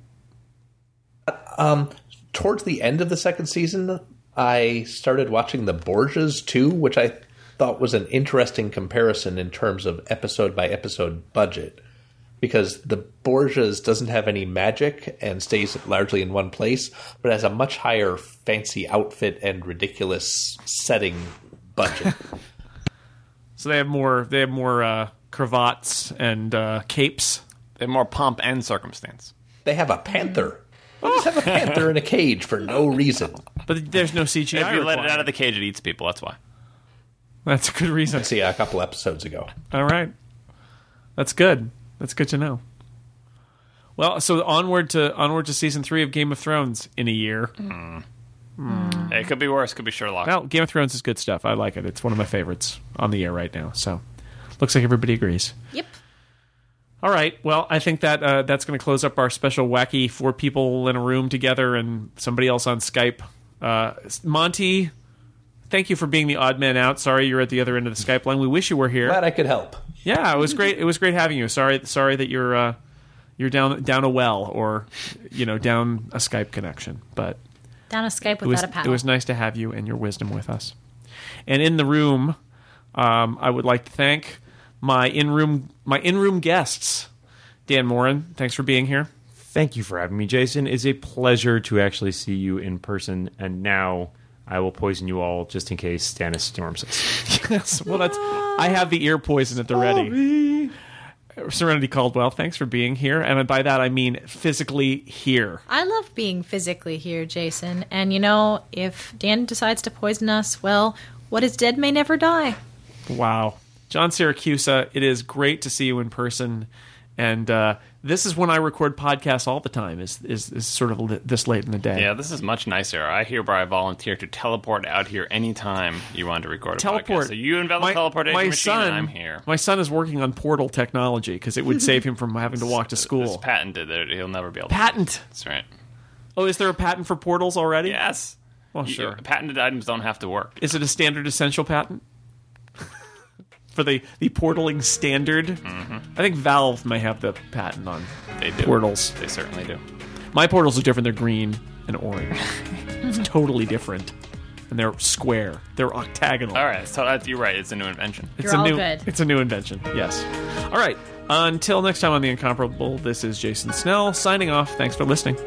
Um, towards the end of the second season, I started watching The Borgias too, which I thought was an interesting comparison in terms of episode by episode budget. Because The Borgias doesn't have any magic and stays largely in one place, but has a much higher fancy outfit and ridiculous setting budget. so they have more. They have more uh, cravats and uh, capes. They have more pomp and circumstance. they have a panther. They just have a panther in a cage for no reason. But there's no CGI. If you let it required. out of the cage, it eats people. That's why. That's a good reason. See, a couple episodes ago. All right. That's good. That's good to know. Well, so onward to onward to season three of Game of Thrones in a year. It could be worse. Could be Sherlock. Well, Game of Thrones is good stuff. I like it. It's one of my favorites on the air right now. So, looks like everybody agrees. Yep. All right. Well, I think that uh, that's going to close up our special wacky four people in a room together and somebody else on Skype. Uh, Monty, thank you for being the odd man out. Sorry you're at the other end of the Skype line. We wish you were here. Glad I could help. Yeah, it was great. It was great having you. Sorry, sorry that you're uh, you're down down a well or you know down a Skype connection, but Down a it Skype was without a it paddle. was nice to have you and your wisdom with us. And in the room, um, I would like to thank my in room my in room guests. Dan Morin, thanks for being here. Thank you for having me, Jason. It's a pleasure to actually see you in person. And now I will poison you all just in case Stannis storms us. Yes, well, that's I have the ear poison at the ready. Serenity Caldwell, thanks for being here, and by that I mean physically here. I love being physically here, Jason. And you know, if Dan decides to poison us, well, what is dead may never die. Wow. John Syracusa, it is great to see you in person. And uh, this is when I record podcasts all the time, is, is, is sort of li- this late in the day. Yeah, this is much nicer. I hereby volunteer to teleport out here anytime you want to record a Teleport. podcast. So you and Vel My- teleport my machine, son, and I'm here. My son is working on portal technology because it would save him from having to walk to It's school. patented. There- He'll never be able. patent. To. That's right. Oh, is there a patent for portals already? Yes. Well, You- sure. Patented items don't have to work. Is it a standard essential patent? for the, the portaling standard? Mm-hmm. I think Valve may have the patent on They do. portals. They certainly do. My portals are different. They're green and orange. it's totally different. And they're square. They're octagonal. All right. So that's, you're right. It's a new invention. It's You're a all new good. it's a new invention. Yes. All right. Until next time on the Incomparable, this is Jason Snell signing off. Thanks for listening.